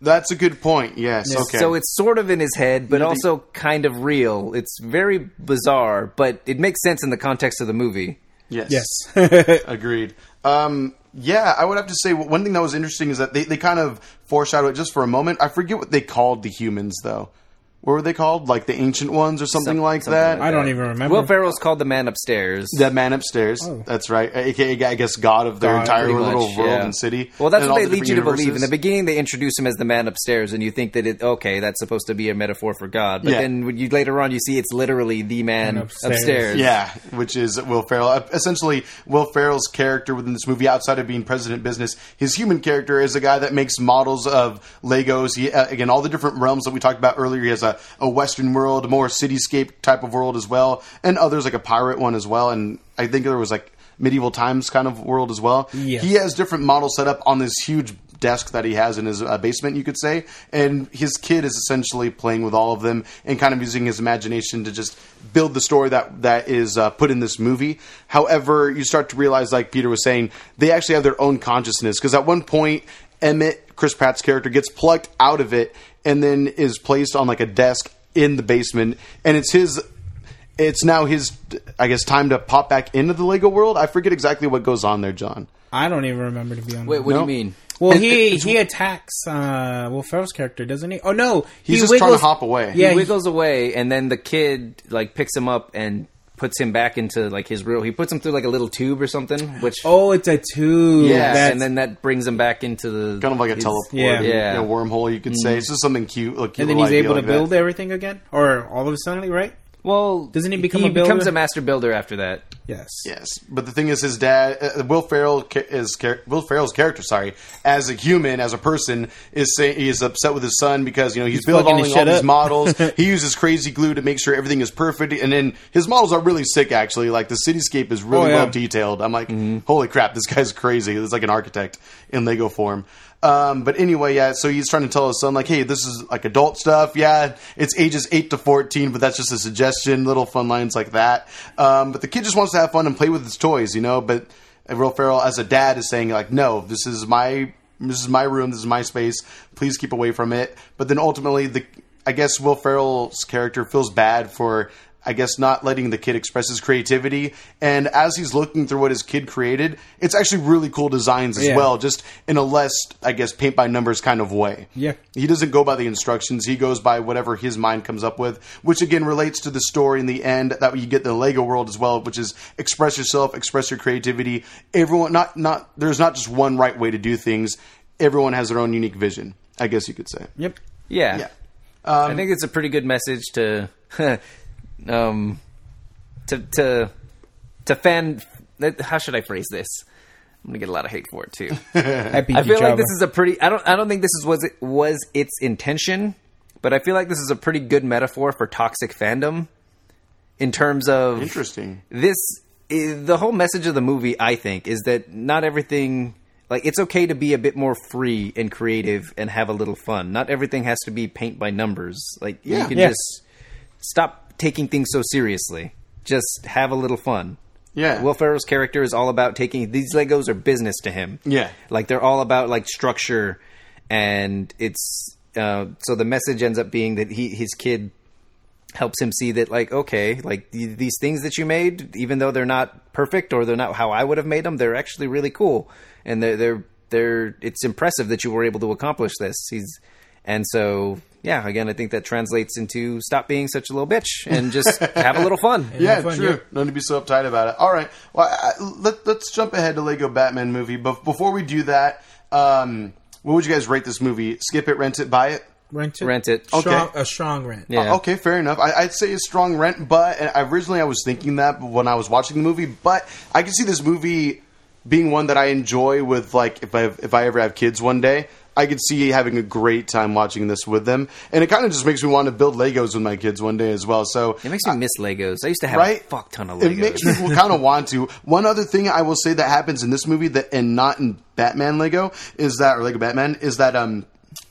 [SPEAKER 1] That's a good point. Yes. Okay.
[SPEAKER 2] so it's sort of in his head, but also kind of real. It's very bizarre, but it makes sense in the context of the movie.
[SPEAKER 3] Yes.
[SPEAKER 1] Agreed. Um, yeah, I would have to say w- one thing that was interesting is that they, they kind of foreshadow it just for a moment. I forget what they called the humans though. What were they called? Like the ancient ones or something,
[SPEAKER 2] Some-
[SPEAKER 1] like
[SPEAKER 2] something
[SPEAKER 1] that.
[SPEAKER 2] like
[SPEAKER 3] I don't even remember.
[SPEAKER 2] Will Ferrell's called the man upstairs.
[SPEAKER 1] that man upstairs. That's right. AKA, I guess, God of their
[SPEAKER 3] God,
[SPEAKER 1] entire
[SPEAKER 2] pretty
[SPEAKER 1] little
[SPEAKER 2] much,
[SPEAKER 1] world
[SPEAKER 2] yeah.
[SPEAKER 1] and city.
[SPEAKER 2] Well, that's
[SPEAKER 1] and
[SPEAKER 2] what
[SPEAKER 1] all
[SPEAKER 2] they
[SPEAKER 1] the
[SPEAKER 2] lead you to
[SPEAKER 1] different
[SPEAKER 2] believe. In the
[SPEAKER 1] universes.
[SPEAKER 2] beginning, they introduce him as the man upstairs, and you think that it okay, that's supposed to be a metaphor for God. But
[SPEAKER 1] Yeah.
[SPEAKER 2] then when you later on, you see it's literally the man
[SPEAKER 3] upstairs.
[SPEAKER 2] upstairs.
[SPEAKER 1] Yeah, which is Will Ferrell. Uh, Essentially, Will Ferrell's character within this movie, outside of being President Business, his human character is a guy that makes models of Legos. He, uh, again, all the different realms that we talked about earlier. He has a, a Western world, more cityscape type of world as well, and others like a pirate one as well. And I think there was like medieval times kind of world as well.
[SPEAKER 3] Yes.
[SPEAKER 1] He has different models set up on this huge desk that he has in his uh, basement, you could say. And his kid is essentially playing with all of them and kind of using his imagination to just build the story that that is uh, put in this movie. However, you start to realize, like Peter was saying, they actually have their own consciousness because at one point, Emmett, Chris Pratt's character, gets plucked out of it and then is placed on like a desk in the basement, and it's his it's now his i guess time to pop back into the lego world i forget exactly what goes on there john
[SPEAKER 3] I don't even remember to be honest.
[SPEAKER 2] Wait, what
[SPEAKER 1] No.
[SPEAKER 2] do you mean?
[SPEAKER 3] Well, he he attacks uh, Will Ferrell's character, doesn't he? Oh no,
[SPEAKER 1] he's
[SPEAKER 3] he
[SPEAKER 1] just trying to hop away
[SPEAKER 3] Yeah,
[SPEAKER 2] He
[SPEAKER 3] he-
[SPEAKER 2] wiggles away, and then the kid like picks him up and puts him back into like his real. He puts him through like a little tube or something, which
[SPEAKER 3] Oh, it's a tube.
[SPEAKER 1] Yes,
[SPEAKER 3] That's-
[SPEAKER 2] and then that brings him back into the
[SPEAKER 1] kind of like a
[SPEAKER 2] his-
[SPEAKER 1] teleport
[SPEAKER 3] yeah. Mm-hmm.
[SPEAKER 1] yeah.
[SPEAKER 2] Yeah.
[SPEAKER 1] a wormhole you could say it's just something cute like
[SPEAKER 3] and then he's able to build everything again, or all of a sudden, right?
[SPEAKER 2] Well,
[SPEAKER 3] Doesn't he become
[SPEAKER 2] he
[SPEAKER 3] a builder?
[SPEAKER 2] becomes a master builder after that?
[SPEAKER 3] Yes.
[SPEAKER 1] yes but the thing is his dad uh, will ferrell ca- is char- will ferrell's character sorry as a human as a person is saying he is upset with his son because you know he's, building
[SPEAKER 3] fucking
[SPEAKER 1] all
[SPEAKER 3] his shit
[SPEAKER 1] these
[SPEAKER 3] up.
[SPEAKER 1] models he uses crazy glue to make sure everything is perfect and then his models are really sick actually like the cityscape is really
[SPEAKER 3] Oh, yeah. Mm-hmm.
[SPEAKER 1] well detailed i'm like holy crap this guy's crazy it's like an architect in lego form um, but anyway yeah so he's trying to tell his son like hey this is like adult stuff yeah it's ages 8 to 14 but that's just a suggestion little fun lines like that um, but the kid just wants to have fun and play with his toys you know but Will Ferrell as a dad is saying like no this is my this is my room this is my space please keep away from it but then ultimately the I guess Will Ferrell's character feels bad for I guess not letting the kid express his creativity and as he's looking through what his kid created it's actually really cool designs as
[SPEAKER 3] Yeah.
[SPEAKER 1] well just in a less I guess paint by numbers kind of way
[SPEAKER 3] Yeah.
[SPEAKER 1] he doesn't go by the instructions he goes by whatever his mind comes up with which again relates to the story in the end that you get in the lego world as well which is express yourself express your creativity everyone not not there's not just one right way to do things everyone has their own unique vision i guess you could say
[SPEAKER 3] Yep.
[SPEAKER 2] Yeah.
[SPEAKER 1] yeah
[SPEAKER 2] I think it's a pretty good message to, um, to to to fan. How should I phrase this? I'm gonna get a lot of hate for it too.
[SPEAKER 3] Happy
[SPEAKER 2] I feel like this is a pretty. I don't. I don't think this is was it was its intention, but I feel like this is a pretty good metaphor for toxic fandom, in terms of
[SPEAKER 1] interesting
[SPEAKER 2] this i- the whole message of the movie, I think, is that not everything. Like it's okay to be a bit more free and creative and have a little fun. Not everything has to be paint by numbers. Like
[SPEAKER 1] Yeah.
[SPEAKER 2] you can
[SPEAKER 3] Yeah.
[SPEAKER 2] just stop taking things so seriously. Just have a little fun.
[SPEAKER 1] Yeah.
[SPEAKER 2] Will Ferrell's character is all about taking these Legos are business to him.
[SPEAKER 1] Yeah.
[SPEAKER 2] Like they're all about like structure and it's uh, so the message ends up being that he his kid helps him see that like okay like th- these things that you made even though they're not perfect or they're not how I would have made them they're actually really cool and they're they're they're it's impressive that you were able to accomplish this he's and so yeah again I think that translates into stop being such a little bitch and just have a little fun
[SPEAKER 1] Yeah,
[SPEAKER 3] Have fun,
[SPEAKER 1] true.
[SPEAKER 3] yeah.
[SPEAKER 1] None to be so uptight about it. All right. Well, I, I- let, let's jump ahead to Lego Batman movie. But before we do that, um, what would you guys rate this movie? Skip it, rent it, buy it?
[SPEAKER 3] Rent it.
[SPEAKER 2] rent it
[SPEAKER 3] Strong,
[SPEAKER 1] Okay.
[SPEAKER 3] A strong rent.
[SPEAKER 2] Yeah.
[SPEAKER 1] Okay, fair enough. I, I'd say a strong rent, but and originally I was thinking that when I was watching the movie, but I can see this movie being one that I enjoy with like if I if I ever have kids one day. I could see having a great time watching this with them, and it kind of just makes me want to build Legos with my kids one day as well. So
[SPEAKER 2] It makes me miss Legos. I used to have
[SPEAKER 1] right?
[SPEAKER 2] a fuck ton of Legos.
[SPEAKER 1] It makes me kind of want to. One other thing I will say that happens in this movie that and not in Batman Lego is that or Lego Batman is that um.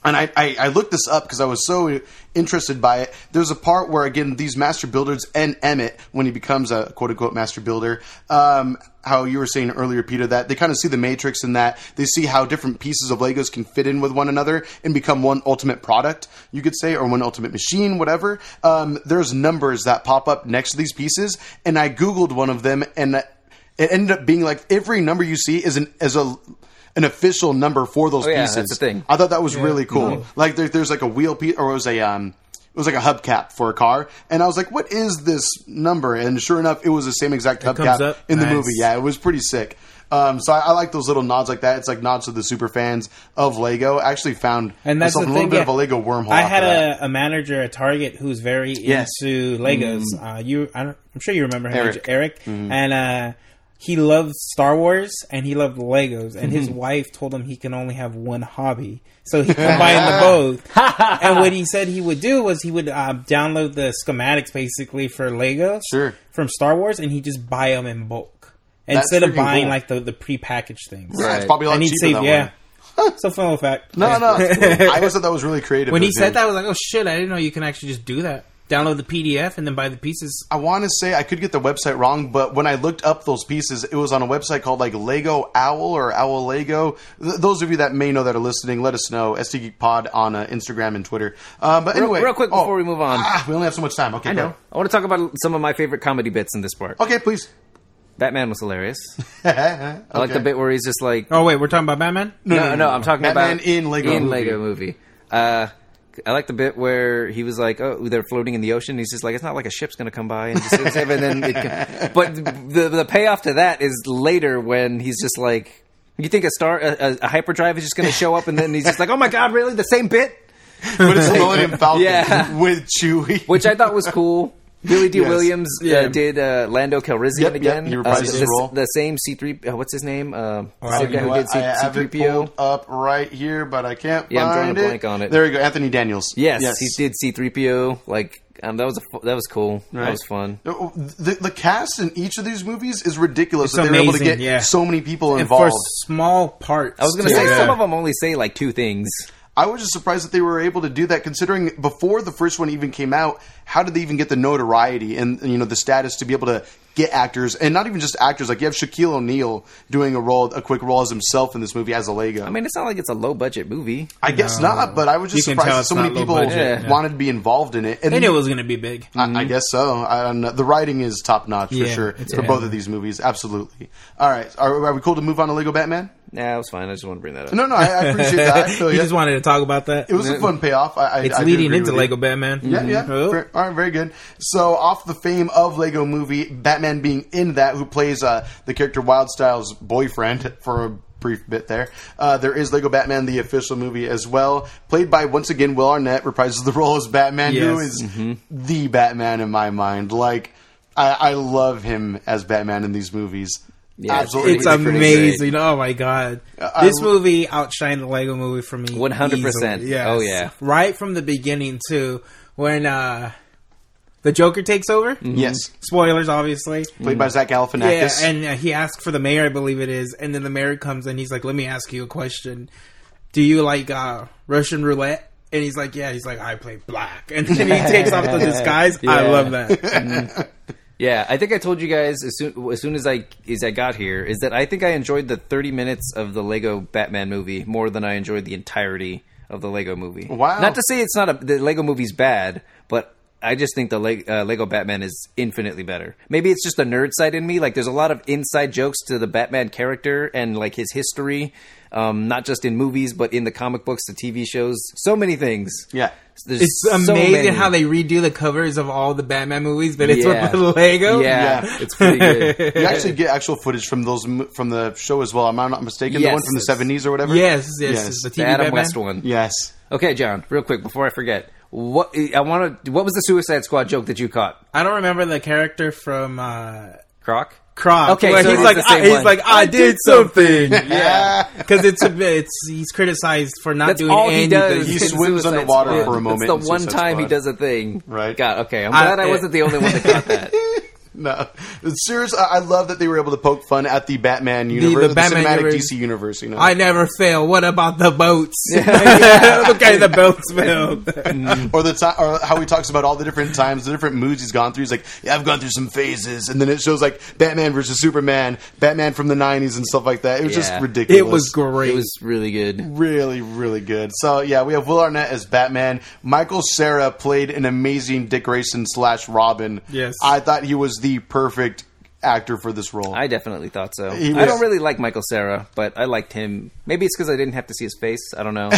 [SPEAKER 1] And I, I, I looked this up because I was so interested by it. There's a part where again these master builders and Emmett, when he becomes a quote unquote master builder, um, how you were saying earlier, Peter, that they kind of see the matrix in that they see how different pieces of Legos can fit in with one another and become one ultimate product, you could say, or one ultimate machine, whatever. Um, there's numbers that pop up next to these pieces, and I googled one of them, and it ended up being like every number you see is an is a an official number for those
[SPEAKER 2] Oh, yeah,
[SPEAKER 1] pieces.
[SPEAKER 2] that's the thing. Mm-hmm.
[SPEAKER 1] I thought that was really cool. Like there, there's like a wheel piece, or it was a um, it was like a hubcap for a car, and I was like, "What is this number?" And sure enough, it was the same exact
[SPEAKER 3] comes
[SPEAKER 1] hubcap
[SPEAKER 3] up?
[SPEAKER 1] in the
[SPEAKER 3] Nice.
[SPEAKER 1] movie. Yeah, it was pretty sick. Um, so I, I like those little nods like that. It's like nods to the super fans of Lego. I actually found
[SPEAKER 3] And that's
[SPEAKER 1] myself
[SPEAKER 3] the
[SPEAKER 1] a little
[SPEAKER 3] thing,
[SPEAKER 1] bit
[SPEAKER 3] yeah.
[SPEAKER 1] of a Lego wormhole.
[SPEAKER 3] I
[SPEAKER 1] after
[SPEAKER 3] had
[SPEAKER 1] that.
[SPEAKER 3] a, a manager at Target who's very
[SPEAKER 1] Yes. Mm.
[SPEAKER 3] into Legos. Uh, you, I don't, I'm sure you remember him,
[SPEAKER 1] Eric. Mm-hmm.
[SPEAKER 3] Eric. And uh, he loved Star Wars and he loved Legos. And
[SPEAKER 1] Mm-hmm.
[SPEAKER 3] his wife told him he can only have one hobby, so he combined the both. and what he said he would do was he would uh, download the schematics basically for Legos
[SPEAKER 1] Sure.
[SPEAKER 3] from Star Wars, and he just buy them in bulk
[SPEAKER 1] That's
[SPEAKER 3] instead of
[SPEAKER 1] freaking
[SPEAKER 3] buying
[SPEAKER 1] cool.
[SPEAKER 3] like the the prepackaged things.
[SPEAKER 1] Yeah, it's
[SPEAKER 2] Right.
[SPEAKER 1] probably a lot
[SPEAKER 3] And he'd
[SPEAKER 1] cheaper
[SPEAKER 3] save,
[SPEAKER 1] that
[SPEAKER 3] yeah.
[SPEAKER 1] way.
[SPEAKER 3] So fun fact.
[SPEAKER 1] No, no, it's cool. I always thought that was really creative.
[SPEAKER 4] When he
[SPEAKER 1] of him.
[SPEAKER 4] said that, I was like, "Oh shit! I didn't know you can actually just do that. Download the PDF and then buy the pieces."
[SPEAKER 1] I want to say I could get the website wrong, but when I looked up those pieces, it was on a website called like Lego Owl or Owl Lego. Th- those of you that may know that are listening, let us know. SD Geek Pod on uh, Instagram and Twitter. Um, but anyway,
[SPEAKER 2] real quick before we move on.
[SPEAKER 1] ah, we only have so much time. Okay,
[SPEAKER 2] I know. I want to talk about some of my favorite comedy bits in this part.
[SPEAKER 1] Okay, please.
[SPEAKER 2] Batman was hilarious.
[SPEAKER 1] okay.
[SPEAKER 2] I like the bit where he's just like,
[SPEAKER 4] Oh wait, we're talking about Batman.
[SPEAKER 2] no, no, I'm talking
[SPEAKER 1] Batman
[SPEAKER 2] about
[SPEAKER 1] in Lego
[SPEAKER 2] in
[SPEAKER 1] movie.
[SPEAKER 2] Lego movie. Uh, I like the bit where he was like, "Oh, they're floating in the ocean." He's just like, "It's not like a ship's going to come by." And, just, and then, it, can- but the the payoff to that is later when he's just like, "You think a star a, a, a hyperdrive is just going to show up?" And then he's just like, "Oh my god, really? The same bit?"
[SPEAKER 1] but it's the Millennium Falcon
[SPEAKER 2] Yeah.
[SPEAKER 1] with Chewie.
[SPEAKER 2] which I thought was cool. Billy D.
[SPEAKER 1] Yes.
[SPEAKER 2] Williams uh,
[SPEAKER 1] Yeah.
[SPEAKER 2] did uh, Lando Calrissian
[SPEAKER 1] Yep, yep,
[SPEAKER 2] again.
[SPEAKER 1] he
[SPEAKER 2] Uh,
[SPEAKER 1] reprised his
[SPEAKER 2] the,
[SPEAKER 1] role.
[SPEAKER 2] the same C three. Uh, what's his name? Uh, the
[SPEAKER 1] Oh,
[SPEAKER 2] same
[SPEAKER 1] you
[SPEAKER 2] guy
[SPEAKER 1] know
[SPEAKER 2] who
[SPEAKER 1] what?
[SPEAKER 2] did
[SPEAKER 1] I have
[SPEAKER 2] C three
[SPEAKER 1] it
[SPEAKER 2] PO.
[SPEAKER 1] pulled up right here, but I can't
[SPEAKER 2] Yeah, I'm drawing
[SPEAKER 1] find
[SPEAKER 2] a
[SPEAKER 1] it.
[SPEAKER 2] blank on it.
[SPEAKER 1] There you go, Anthony Daniels.
[SPEAKER 2] Yes, he did C three PO. Like um, that was a, fu- that was cool. That was fun.
[SPEAKER 1] The, the cast in each of these movies is ridiculous.
[SPEAKER 4] It's
[SPEAKER 1] that they were able to
[SPEAKER 4] amazing,
[SPEAKER 1] get
[SPEAKER 4] yeah.
[SPEAKER 1] so many people
[SPEAKER 4] And for
[SPEAKER 1] involved.
[SPEAKER 4] small parts,
[SPEAKER 2] I was gonna
[SPEAKER 4] too.
[SPEAKER 2] say
[SPEAKER 4] Yeah.
[SPEAKER 2] some of them only say like two things.
[SPEAKER 1] I was just surprised that they were able to do that, considering before the first one even came out, how did they even get the notoriety and you know the status to be able to get actors and not even just actors? Like you have Shaquille O'Neal doing a role, a quick role as himself in this movie as a Lego.
[SPEAKER 2] I mean, it's not like it's a low budget movie.
[SPEAKER 1] I guess not, but I was just
[SPEAKER 4] You can
[SPEAKER 1] surprised
[SPEAKER 4] tell
[SPEAKER 1] that
[SPEAKER 4] it's
[SPEAKER 1] so many
[SPEAKER 4] not low
[SPEAKER 1] people
[SPEAKER 4] budget,
[SPEAKER 2] yeah.
[SPEAKER 1] wanted to be involved in it. And
[SPEAKER 4] They knew it was gonna be big. Mm-hmm.
[SPEAKER 1] I, I guess so. I don't know. The writing is top notch for
[SPEAKER 4] Yeah,
[SPEAKER 1] sure
[SPEAKER 4] it's
[SPEAKER 1] for
[SPEAKER 4] good.
[SPEAKER 1] both of these movies. Absolutely. All right, are, are we cool to move on to Lego Batman?
[SPEAKER 2] Nah, it was fine. I just want to bring that up.
[SPEAKER 1] No, no, I, I appreciate that. I feel
[SPEAKER 4] you
[SPEAKER 1] ya.
[SPEAKER 4] just wanted to talk about that.
[SPEAKER 1] it was a fun payoff. I, I,
[SPEAKER 4] it's
[SPEAKER 1] I do
[SPEAKER 4] leading
[SPEAKER 1] agree
[SPEAKER 4] into
[SPEAKER 1] with you.
[SPEAKER 4] Lego Batman.
[SPEAKER 1] Yeah, yeah.
[SPEAKER 3] Mm-hmm.
[SPEAKER 4] Oh.
[SPEAKER 1] Ver- all right, very good. So, off the fame of Lego Movie, Batman being in that, who plays uh, the character Wildstyle's boyfriend for a brief bit there. Uh, there is Lego Batman, the official movie as well, played by once again Will Arnett, reprises the role as Batman, who
[SPEAKER 4] Yes.
[SPEAKER 1] is the Batman in my mind. Like, I, I love him as Batman in these movies.
[SPEAKER 2] Yeah, it's
[SPEAKER 1] Absolutely,
[SPEAKER 4] It's
[SPEAKER 2] Pretty great.
[SPEAKER 4] amazing. Oh my god. this movie outshined the Lego movie for me.
[SPEAKER 2] 100%.
[SPEAKER 4] easily. Yes.
[SPEAKER 2] Oh, yeah.
[SPEAKER 4] Right from the beginning too when uh
[SPEAKER 3] the Joker takes over.
[SPEAKER 1] Yes.
[SPEAKER 3] Spoilers, obviously.
[SPEAKER 1] Played by Zach
[SPEAKER 3] Yeah,
[SPEAKER 1] Galifianakis.
[SPEAKER 3] and uh, he asked for the mayor, I believe it is, and then the mayor comes and he's like, "Let me ask you a question. Do you like uh, Russian roulette?" And he's like, "Yeah." He's like, "I play black," and then he takes off the disguise. I
[SPEAKER 2] Yeah.
[SPEAKER 3] love that.
[SPEAKER 2] Yeah, I think I told you guys as soon as soon as I as I got here is that I think I enjoyed the 30 minutes of the Lego Batman movie more than I enjoyed the entirety of the Lego movie.
[SPEAKER 1] Wow.
[SPEAKER 2] Not to say it's not a the Lego movie's bad, but I just think the Le- uh, Lego Batman is infinitely better. Maybe it's just the nerd side in me. Like, there's a lot of inside jokes to the Batman character and like his history, um, not just in movies but in the comic books, the TV shows, so many things.
[SPEAKER 1] yeah.
[SPEAKER 2] There's
[SPEAKER 3] It's
[SPEAKER 2] so
[SPEAKER 3] amazing
[SPEAKER 2] many.
[SPEAKER 3] how they redo the covers of all the Batman movies, but it's
[SPEAKER 2] Yeah.
[SPEAKER 3] with the Lego.
[SPEAKER 2] Yeah,
[SPEAKER 1] Yeah.
[SPEAKER 2] it's pretty good.
[SPEAKER 1] You actually get actual footage from those m- from the show as well. Am I not mistaken? the
[SPEAKER 2] Yes.
[SPEAKER 1] one from the seventies or whatever.
[SPEAKER 3] Yes, yes,
[SPEAKER 1] Yes.
[SPEAKER 3] it's the TV
[SPEAKER 2] The Adam
[SPEAKER 3] Batman.
[SPEAKER 2] West one.
[SPEAKER 1] Yes.
[SPEAKER 2] Okay, John, real quick before I forget, what I want to what was the Suicide Squad joke that you caught?
[SPEAKER 3] I don't remember the character from uh,
[SPEAKER 2] Croc.
[SPEAKER 3] Croc.
[SPEAKER 2] Okay,
[SPEAKER 3] where
[SPEAKER 2] so it
[SPEAKER 3] he's
[SPEAKER 2] is
[SPEAKER 3] like,
[SPEAKER 2] the same
[SPEAKER 3] I, he's
[SPEAKER 2] one.
[SPEAKER 3] like, I, did something.
[SPEAKER 1] Yeah.
[SPEAKER 3] because it's a bit, it's he's criticized for not
[SPEAKER 2] That's
[SPEAKER 3] doing
[SPEAKER 2] all he
[SPEAKER 3] anything.
[SPEAKER 2] does.
[SPEAKER 1] He
[SPEAKER 2] in
[SPEAKER 1] swims
[SPEAKER 2] Suicide
[SPEAKER 1] underwater
[SPEAKER 2] Squad.
[SPEAKER 1] for a moment
[SPEAKER 2] That's
[SPEAKER 1] in
[SPEAKER 2] the one
[SPEAKER 1] Suicide
[SPEAKER 2] time he
[SPEAKER 1] Squad.
[SPEAKER 2] does a thing.
[SPEAKER 1] Right.
[SPEAKER 2] God. Okay. I'm glad I,
[SPEAKER 3] I-
[SPEAKER 2] wasn't the only one that caught that.
[SPEAKER 1] No. It's serious. I I love that they were able to poke fun at the Batman universe, the,
[SPEAKER 3] Batman
[SPEAKER 1] cinematic
[SPEAKER 3] universe.
[SPEAKER 1] DC universe. You know.
[SPEAKER 3] I never fail. What about the boats? okay, the boats failed.
[SPEAKER 1] or the time, or how he talks about all the different times, the different moods he's gone through. He's like, yeah, I've gone through some phases, and then it shows like Batman versus Superman, Batman from the '90s, and stuff like that. It was just
[SPEAKER 2] Yeah.
[SPEAKER 1] ridiculous.
[SPEAKER 3] it was great.
[SPEAKER 2] It was really good.
[SPEAKER 1] really, really good. So yeah, we have Will Arnett as Batman. Michael Sarah played an amazing Dick Grayson slash Robin.
[SPEAKER 3] Yes.
[SPEAKER 1] I thought he was the perfect actor for this role.
[SPEAKER 2] I definitely thought so.
[SPEAKER 1] He
[SPEAKER 2] I
[SPEAKER 1] was-
[SPEAKER 2] don't really like Michael Sarah, but I liked him. Maybe it's because I didn't have to see his face. I don't know.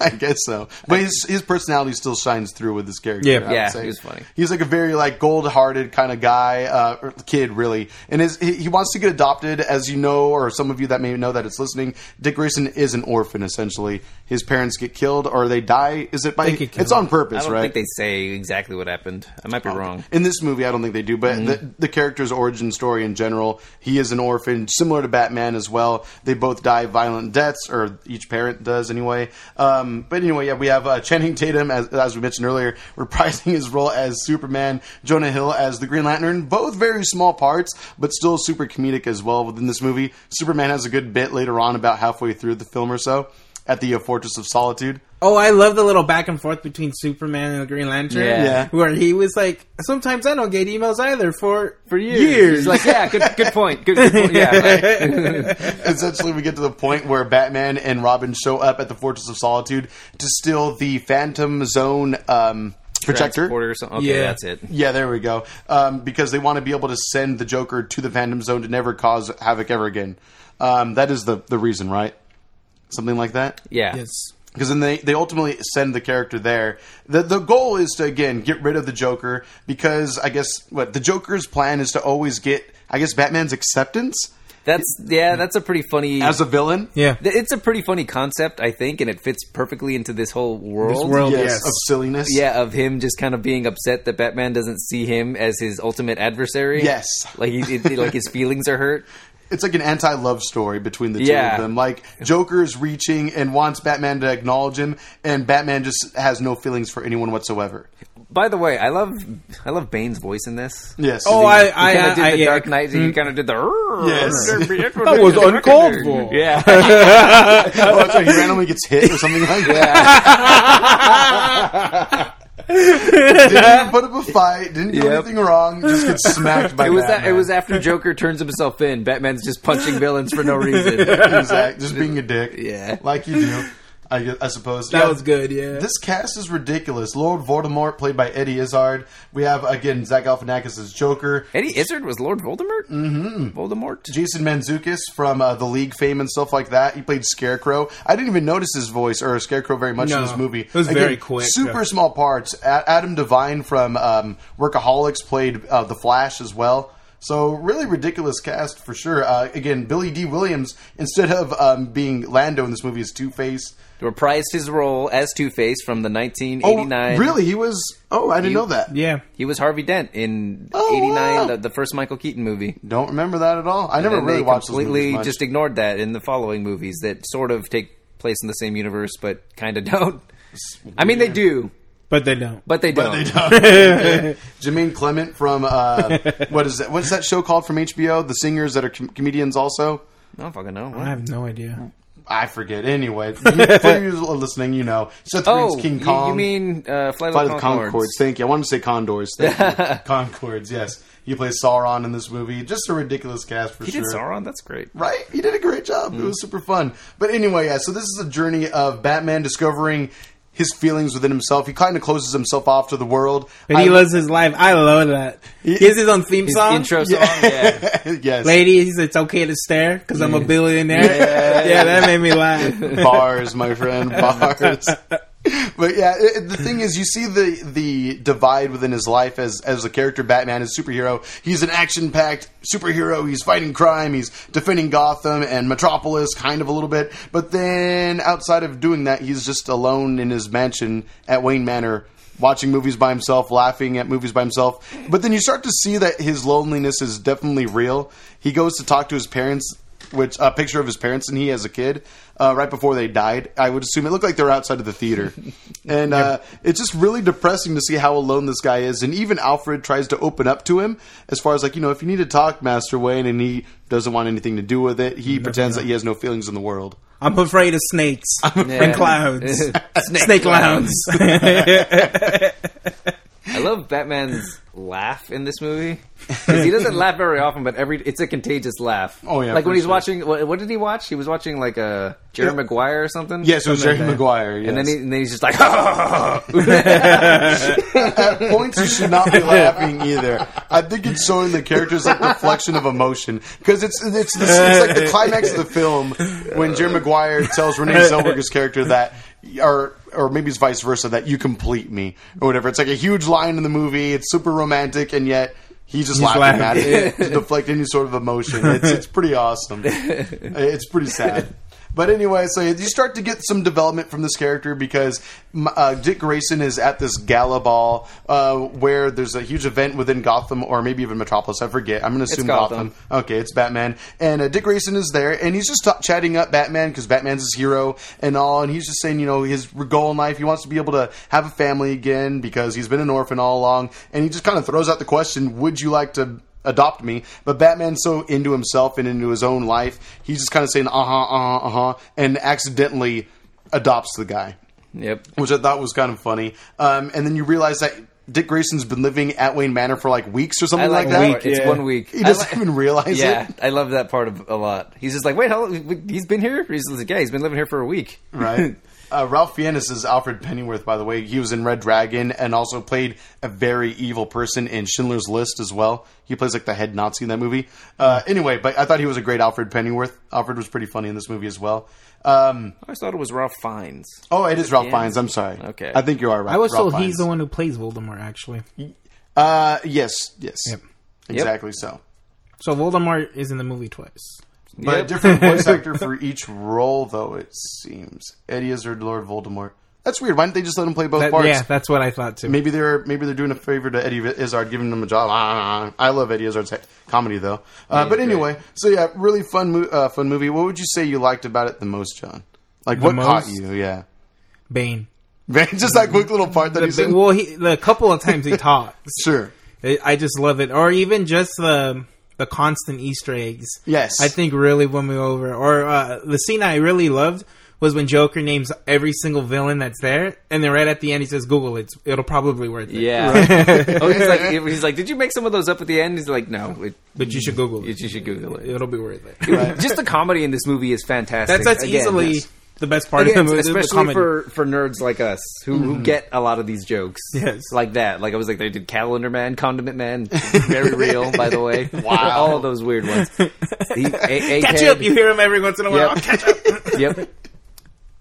[SPEAKER 1] I guess so. But his his personality still shines through with this character.
[SPEAKER 3] Yeah.
[SPEAKER 1] I would
[SPEAKER 2] Yeah,
[SPEAKER 1] say.
[SPEAKER 2] he was funny.
[SPEAKER 1] He's like a very like gold hearted kind of guy, uh, or kid really. And his he, he wants to get adopted, as you know, or some of you that may know that it's listening. Dick Grayson is an orphan essentially. His parents get killed or they die. Is it by?
[SPEAKER 3] get killed.
[SPEAKER 1] It's on
[SPEAKER 2] I
[SPEAKER 1] purpose,
[SPEAKER 2] don't
[SPEAKER 1] right?
[SPEAKER 2] think they say exactly what happened. I might be wrong. Mm-hmm.
[SPEAKER 1] In this movie, I don't think they do, but the, the character's origin story in general, he is an orphan, similar to Batman as well. They both die violent deaths, or each parent does anyway. Um, but anyway, yeah, we have uh, Channing Tatum, as, as we mentioned earlier, reprising his role as Superman, Jonah Hill as the Green Lantern, both very small parts, but still super comedic as well within this movie. Superman has a good bit later on, about halfway through the film or so, at the uh, Fortress of Solitude.
[SPEAKER 3] Oh, I love the little back and forth between Superman and the Green Lantern.
[SPEAKER 2] Yeah.
[SPEAKER 1] Yeah.
[SPEAKER 3] Where he was like, sometimes I don't get emails either for
[SPEAKER 2] For years, He's like, yeah, good, good point. Good, good point. Yeah, right.
[SPEAKER 1] essentially we get to the point where batman and robin show up at the fortress of solitude to steal the phantom zone um, protector
[SPEAKER 2] Transporter or something. Okay,
[SPEAKER 3] Yeah.
[SPEAKER 2] that's it.
[SPEAKER 1] yeah, there we go. Um, because they want to be able to send the Joker to the Phantom Zone to never cause havoc ever again. Um, that is the, the reason, right? Something like that?
[SPEAKER 2] Yeah.
[SPEAKER 3] Yes.
[SPEAKER 1] because then they, they ultimately send the character there. The the goal is to again get rid of the Joker because I guess what the Joker's plan is to always get I guess Batman's acceptance
[SPEAKER 2] That's yeah. That's a pretty funny
[SPEAKER 1] as a villain.
[SPEAKER 3] Yeah.
[SPEAKER 2] Th- It's a pretty funny concept, I think, and it fits perfectly into this whole world.
[SPEAKER 3] This world,
[SPEAKER 1] Yes,
[SPEAKER 3] yes.
[SPEAKER 1] of silliness.
[SPEAKER 2] Yeah, of him just kind of being upset that Batman doesn't see him as his ultimate adversary.
[SPEAKER 1] Yes.
[SPEAKER 2] like he, it, like his feelings are hurt.
[SPEAKER 1] It's like an anti love story between the two
[SPEAKER 2] Yeah.
[SPEAKER 1] of them. Like Joker is reaching and wants Batman to acknowledge him, and Batman just has no feelings for anyone whatsoever.
[SPEAKER 2] By the way, I love I love Bane's voice in this.
[SPEAKER 1] Yes.
[SPEAKER 3] Oh, I, I,
[SPEAKER 2] Kind of did
[SPEAKER 3] I-
[SPEAKER 2] the
[SPEAKER 3] yeah. Mm.
[SPEAKER 2] Dark Knight, and he kind of did the.
[SPEAKER 1] Yes.
[SPEAKER 2] that
[SPEAKER 3] was uncalled for.
[SPEAKER 2] Yeah,
[SPEAKER 1] oh, that's right. He randomly gets hit or something like that. didn't even put up a fight. Didn't do
[SPEAKER 2] Yep.
[SPEAKER 1] anything wrong. Just gets smacked by
[SPEAKER 2] it was that.
[SPEAKER 1] Batman.
[SPEAKER 2] It was after Joker turns himself in. Batman's just punching villains for no reason.
[SPEAKER 1] Exact- just being a dick.
[SPEAKER 2] Yeah.
[SPEAKER 1] like you do. I, gu- I suppose
[SPEAKER 3] That
[SPEAKER 1] Yeah.
[SPEAKER 3] was good, yeah.
[SPEAKER 1] This cast is ridiculous. Lord Voldemort, played by Eddie Izzard. We have again Zach Galifianakis as Joker.
[SPEAKER 2] Eddie Izzard was Lord Voldemort. Mm-hmm. Voldemort.
[SPEAKER 1] Jason Manzukis from uh, the League fame and stuff like that. He played Scarecrow. I didn't even notice his voice or Scarecrow very much in
[SPEAKER 3] No,
[SPEAKER 1] this movie.
[SPEAKER 3] it was very quick,
[SPEAKER 1] Super
[SPEAKER 3] yeah.
[SPEAKER 1] small parts. A- Adam Devine from um, Workaholics played uh, the Flash as well. So really ridiculous cast for sure. Uh, again, Billy D. Williams instead of um, being Lando in this movie is Two Face.
[SPEAKER 2] reprised his role as Two Face from the
[SPEAKER 1] Oh,
[SPEAKER 2] 1989.
[SPEAKER 1] really? He was. Oh, I didn't know that.
[SPEAKER 3] yeah.
[SPEAKER 2] He was Harvey Dent in
[SPEAKER 1] Oh,
[SPEAKER 2] 89,
[SPEAKER 1] wow.
[SPEAKER 2] the, the first Michael Keaton movie.
[SPEAKER 1] Don't remember that at all. I never
[SPEAKER 2] And
[SPEAKER 1] really
[SPEAKER 2] they
[SPEAKER 1] watched
[SPEAKER 2] completely
[SPEAKER 1] those movies much.
[SPEAKER 2] just ignored that in the following movies that sort of take place in the same universe but kind of don't. I mean, they do,
[SPEAKER 3] but they don't.
[SPEAKER 2] but they don't.
[SPEAKER 1] Jameen Clement from uh, what is that? What's that show called from HBO? The singers that are com- comedians also.
[SPEAKER 2] I don't fucking know.
[SPEAKER 3] I
[SPEAKER 2] What?
[SPEAKER 3] have no
[SPEAKER 2] Mm.
[SPEAKER 3] idea.
[SPEAKER 1] I forget. Anyway, for you listening, you know Seth
[SPEAKER 2] Oh,
[SPEAKER 1] Green's King
[SPEAKER 2] you-
[SPEAKER 1] Kong.
[SPEAKER 2] You, mean uh, Flight,
[SPEAKER 1] Flight
[SPEAKER 2] of the Conchords.
[SPEAKER 1] Thank you. I wanted to say Condors. Thank you. Concords. Yes, he plays Sauron in this movie. Just a ridiculous cast for
[SPEAKER 2] He
[SPEAKER 1] sure.
[SPEAKER 2] did Sauron. Mm. That's great.
[SPEAKER 1] Right? He did a great job. It was super fun. But anyway, yeah, so this is a journey of Batman discovering his feelings within himself. He kind of closes himself off to the world.
[SPEAKER 3] But he lives his life. I love that. He has his own theme
[SPEAKER 2] His
[SPEAKER 3] song.
[SPEAKER 2] intro song. Yeah.
[SPEAKER 1] yes.
[SPEAKER 3] Ladies, it's okay to stare because I'm a billionaire. Yeah. that made me laugh.
[SPEAKER 1] bars, my friend, bars. But yeah, it, it- the thing is, you see the the divide within his life as as a character. Batman is a superhero. He's an action packed superhero. He's fighting crime. He's defending Gotham and Metropolis, kind of a little bit. But then outside of doing that, he's just alone in his mansion at Wayne Manor. Watching movies by himself, laughing at movies by himself. But then you start to see that his loneliness is definitely real. He goes to talk to his parents which a picture of his parents and he as a kid uh, right before they died i would assume it looked like they were outside of the theater and uh, it's just really depressing to see how alone this guy is and even alfred tries to open up to him as far as like you know if you need to talk master wayne and he doesn't want anything to do with it he pretends that he has no feelings in the world
[SPEAKER 3] I'm afraid of snakes
[SPEAKER 2] Yeah.
[SPEAKER 3] and clouds.
[SPEAKER 2] Snake,
[SPEAKER 3] Snake clouds.
[SPEAKER 2] I love Batman's laugh in this movie 'Cause he doesn't laugh very often, but every it's a contagious laugh.
[SPEAKER 1] Oh, yeah,
[SPEAKER 2] like
[SPEAKER 1] for
[SPEAKER 2] when he's
[SPEAKER 1] sure.
[SPEAKER 2] watching. What, what did he watch? He was watching like a Jerry
[SPEAKER 1] Yeah.
[SPEAKER 2] Maguire or something.
[SPEAKER 1] yes it was jerry
[SPEAKER 3] Something like that.
[SPEAKER 1] maguire yes.
[SPEAKER 2] And then, he, and then he's just like, "Ah!"
[SPEAKER 1] at points you should not be laughing either. I think it's showing the characters like reflection of emotion because it's it's, the, it's like the climax of the film when Jerry Maguire tells Renee Zellweger's character that, or or maybe it's vice versa that you complete me or whatever. It's like a huge line in the movie. It's super romantic and yet. He's just laughing
[SPEAKER 3] laughing.
[SPEAKER 1] at it to deflect any sort of emotion. It's, it's pretty awesome. It's pretty sad. But anyway, so you start to get some development from this character because m- uh, Dick Grayson is at this gala ball uh, where there's a huge event within Gotham or maybe even Metropolis. I forget. I'm going to assume Gotham.
[SPEAKER 2] Gotham.
[SPEAKER 1] Okay, it's Batman. And uh, Dick Grayson is there and he's just t- chatting up Batman because Batman's his hero and all. And he's just saying, you know, his goal in life. He wants to be able to have a family again because he's been an orphan all along. And he just kind of throws out the question, would you like to adopt me. But Batman's so into himself and into his own life, he's just kind of saying, uh huh, uh huh, uh huh, and accidentally adopts the guy,
[SPEAKER 2] "Yep,
[SPEAKER 1] which I thought was kind of funny. Um, and then you realize that Dick Grayson's been living at Wayne Manor for like weeks or
[SPEAKER 2] I
[SPEAKER 1] something
[SPEAKER 2] like
[SPEAKER 1] like,
[SPEAKER 2] that.
[SPEAKER 1] that.
[SPEAKER 2] part. It's
[SPEAKER 3] yeah.
[SPEAKER 2] one week.
[SPEAKER 1] He
[SPEAKER 2] I
[SPEAKER 1] doesn't
[SPEAKER 2] li-
[SPEAKER 1] even realize
[SPEAKER 2] yeah,
[SPEAKER 1] it.
[SPEAKER 2] I love that part of a lot. He's just like, wait, how long, he's been here? He's like, yeah, he's been living here for a week.
[SPEAKER 1] Right. Uh, Ralph Fiennes is Alfred Pennyworth, by the way. He was in Red Dragon and also played a very evil person in Schindler's List as well. He plays like the head Nazi in that movie. Uh, anyway, but I thought he was a great Alfred Pennyworth. Alfred was pretty funny in this movie as well. Um,
[SPEAKER 2] I always thought it was Ralph Fiennes.
[SPEAKER 1] Oh, it is Ralph Fiennes. I'm sorry.
[SPEAKER 2] Okay.
[SPEAKER 1] I think you are right.
[SPEAKER 4] I was
[SPEAKER 1] Ralph
[SPEAKER 4] told he's
[SPEAKER 1] Fiennes.
[SPEAKER 4] the one who plays Voldemort, actually.
[SPEAKER 1] Uh, yes, yes. Exactly so.
[SPEAKER 4] So Voldemort is in the movie twice.
[SPEAKER 1] But a
[SPEAKER 2] Yep.
[SPEAKER 1] different voice actor for each role, though, it seems. Eddie Izzard, Lord Voldemort. That's weird. Why didn't they just let him play both
[SPEAKER 4] That-
[SPEAKER 1] parts?
[SPEAKER 4] yeah, that's what I thought too.
[SPEAKER 1] Maybe they're maybe they're doing a favor to Eddie Izzard, giving him a job. Ah, I love Eddie Izzard's he- comedy though. Uh, but anyway, so yeah, really fun mo- uh, fun movie. What would you say you liked about it the most, John? Like what caught
[SPEAKER 4] most?
[SPEAKER 1] you? Yeah,
[SPEAKER 4] Bane.
[SPEAKER 1] just that quick little part that
[SPEAKER 4] The
[SPEAKER 1] he's in.
[SPEAKER 4] ba- well, he, the couple of times he talks,
[SPEAKER 1] Sure.
[SPEAKER 4] I I just love it. Or even just the the constant Easter eggs.
[SPEAKER 1] Yes.
[SPEAKER 4] I think really won me over. Or uh, the scene I really loved was when Joker names every single villain that's there, and then right at the end he says, "Google it. It'll probably worth it."
[SPEAKER 2] Yeah. oh, he's like, he's like, did you make some of those up at the end? He's like, no, it,
[SPEAKER 4] but you should Google
[SPEAKER 2] it-
[SPEAKER 4] it.
[SPEAKER 2] you should Google it.
[SPEAKER 4] It'll be worth it.
[SPEAKER 2] Just the comedy in this movie is fantastic.
[SPEAKER 4] That's that's
[SPEAKER 2] Again,
[SPEAKER 4] easily
[SPEAKER 2] yes.
[SPEAKER 4] the best part
[SPEAKER 2] Again,
[SPEAKER 4] of the movie, the
[SPEAKER 2] especially
[SPEAKER 4] comedy. Mm-hmm.
[SPEAKER 2] for, for nerds like us who, who get a lot of these jokes.
[SPEAKER 4] Yes.
[SPEAKER 2] Like that. Like I was like, they did Calendar Man, Condiment Man, very real, by the way. Wow. All of those weird ones. He- A-
[SPEAKER 4] catch
[SPEAKER 2] Egghead.
[SPEAKER 4] up. You hear him every once in a while.
[SPEAKER 2] Yep.
[SPEAKER 4] Catch up.
[SPEAKER 2] yep.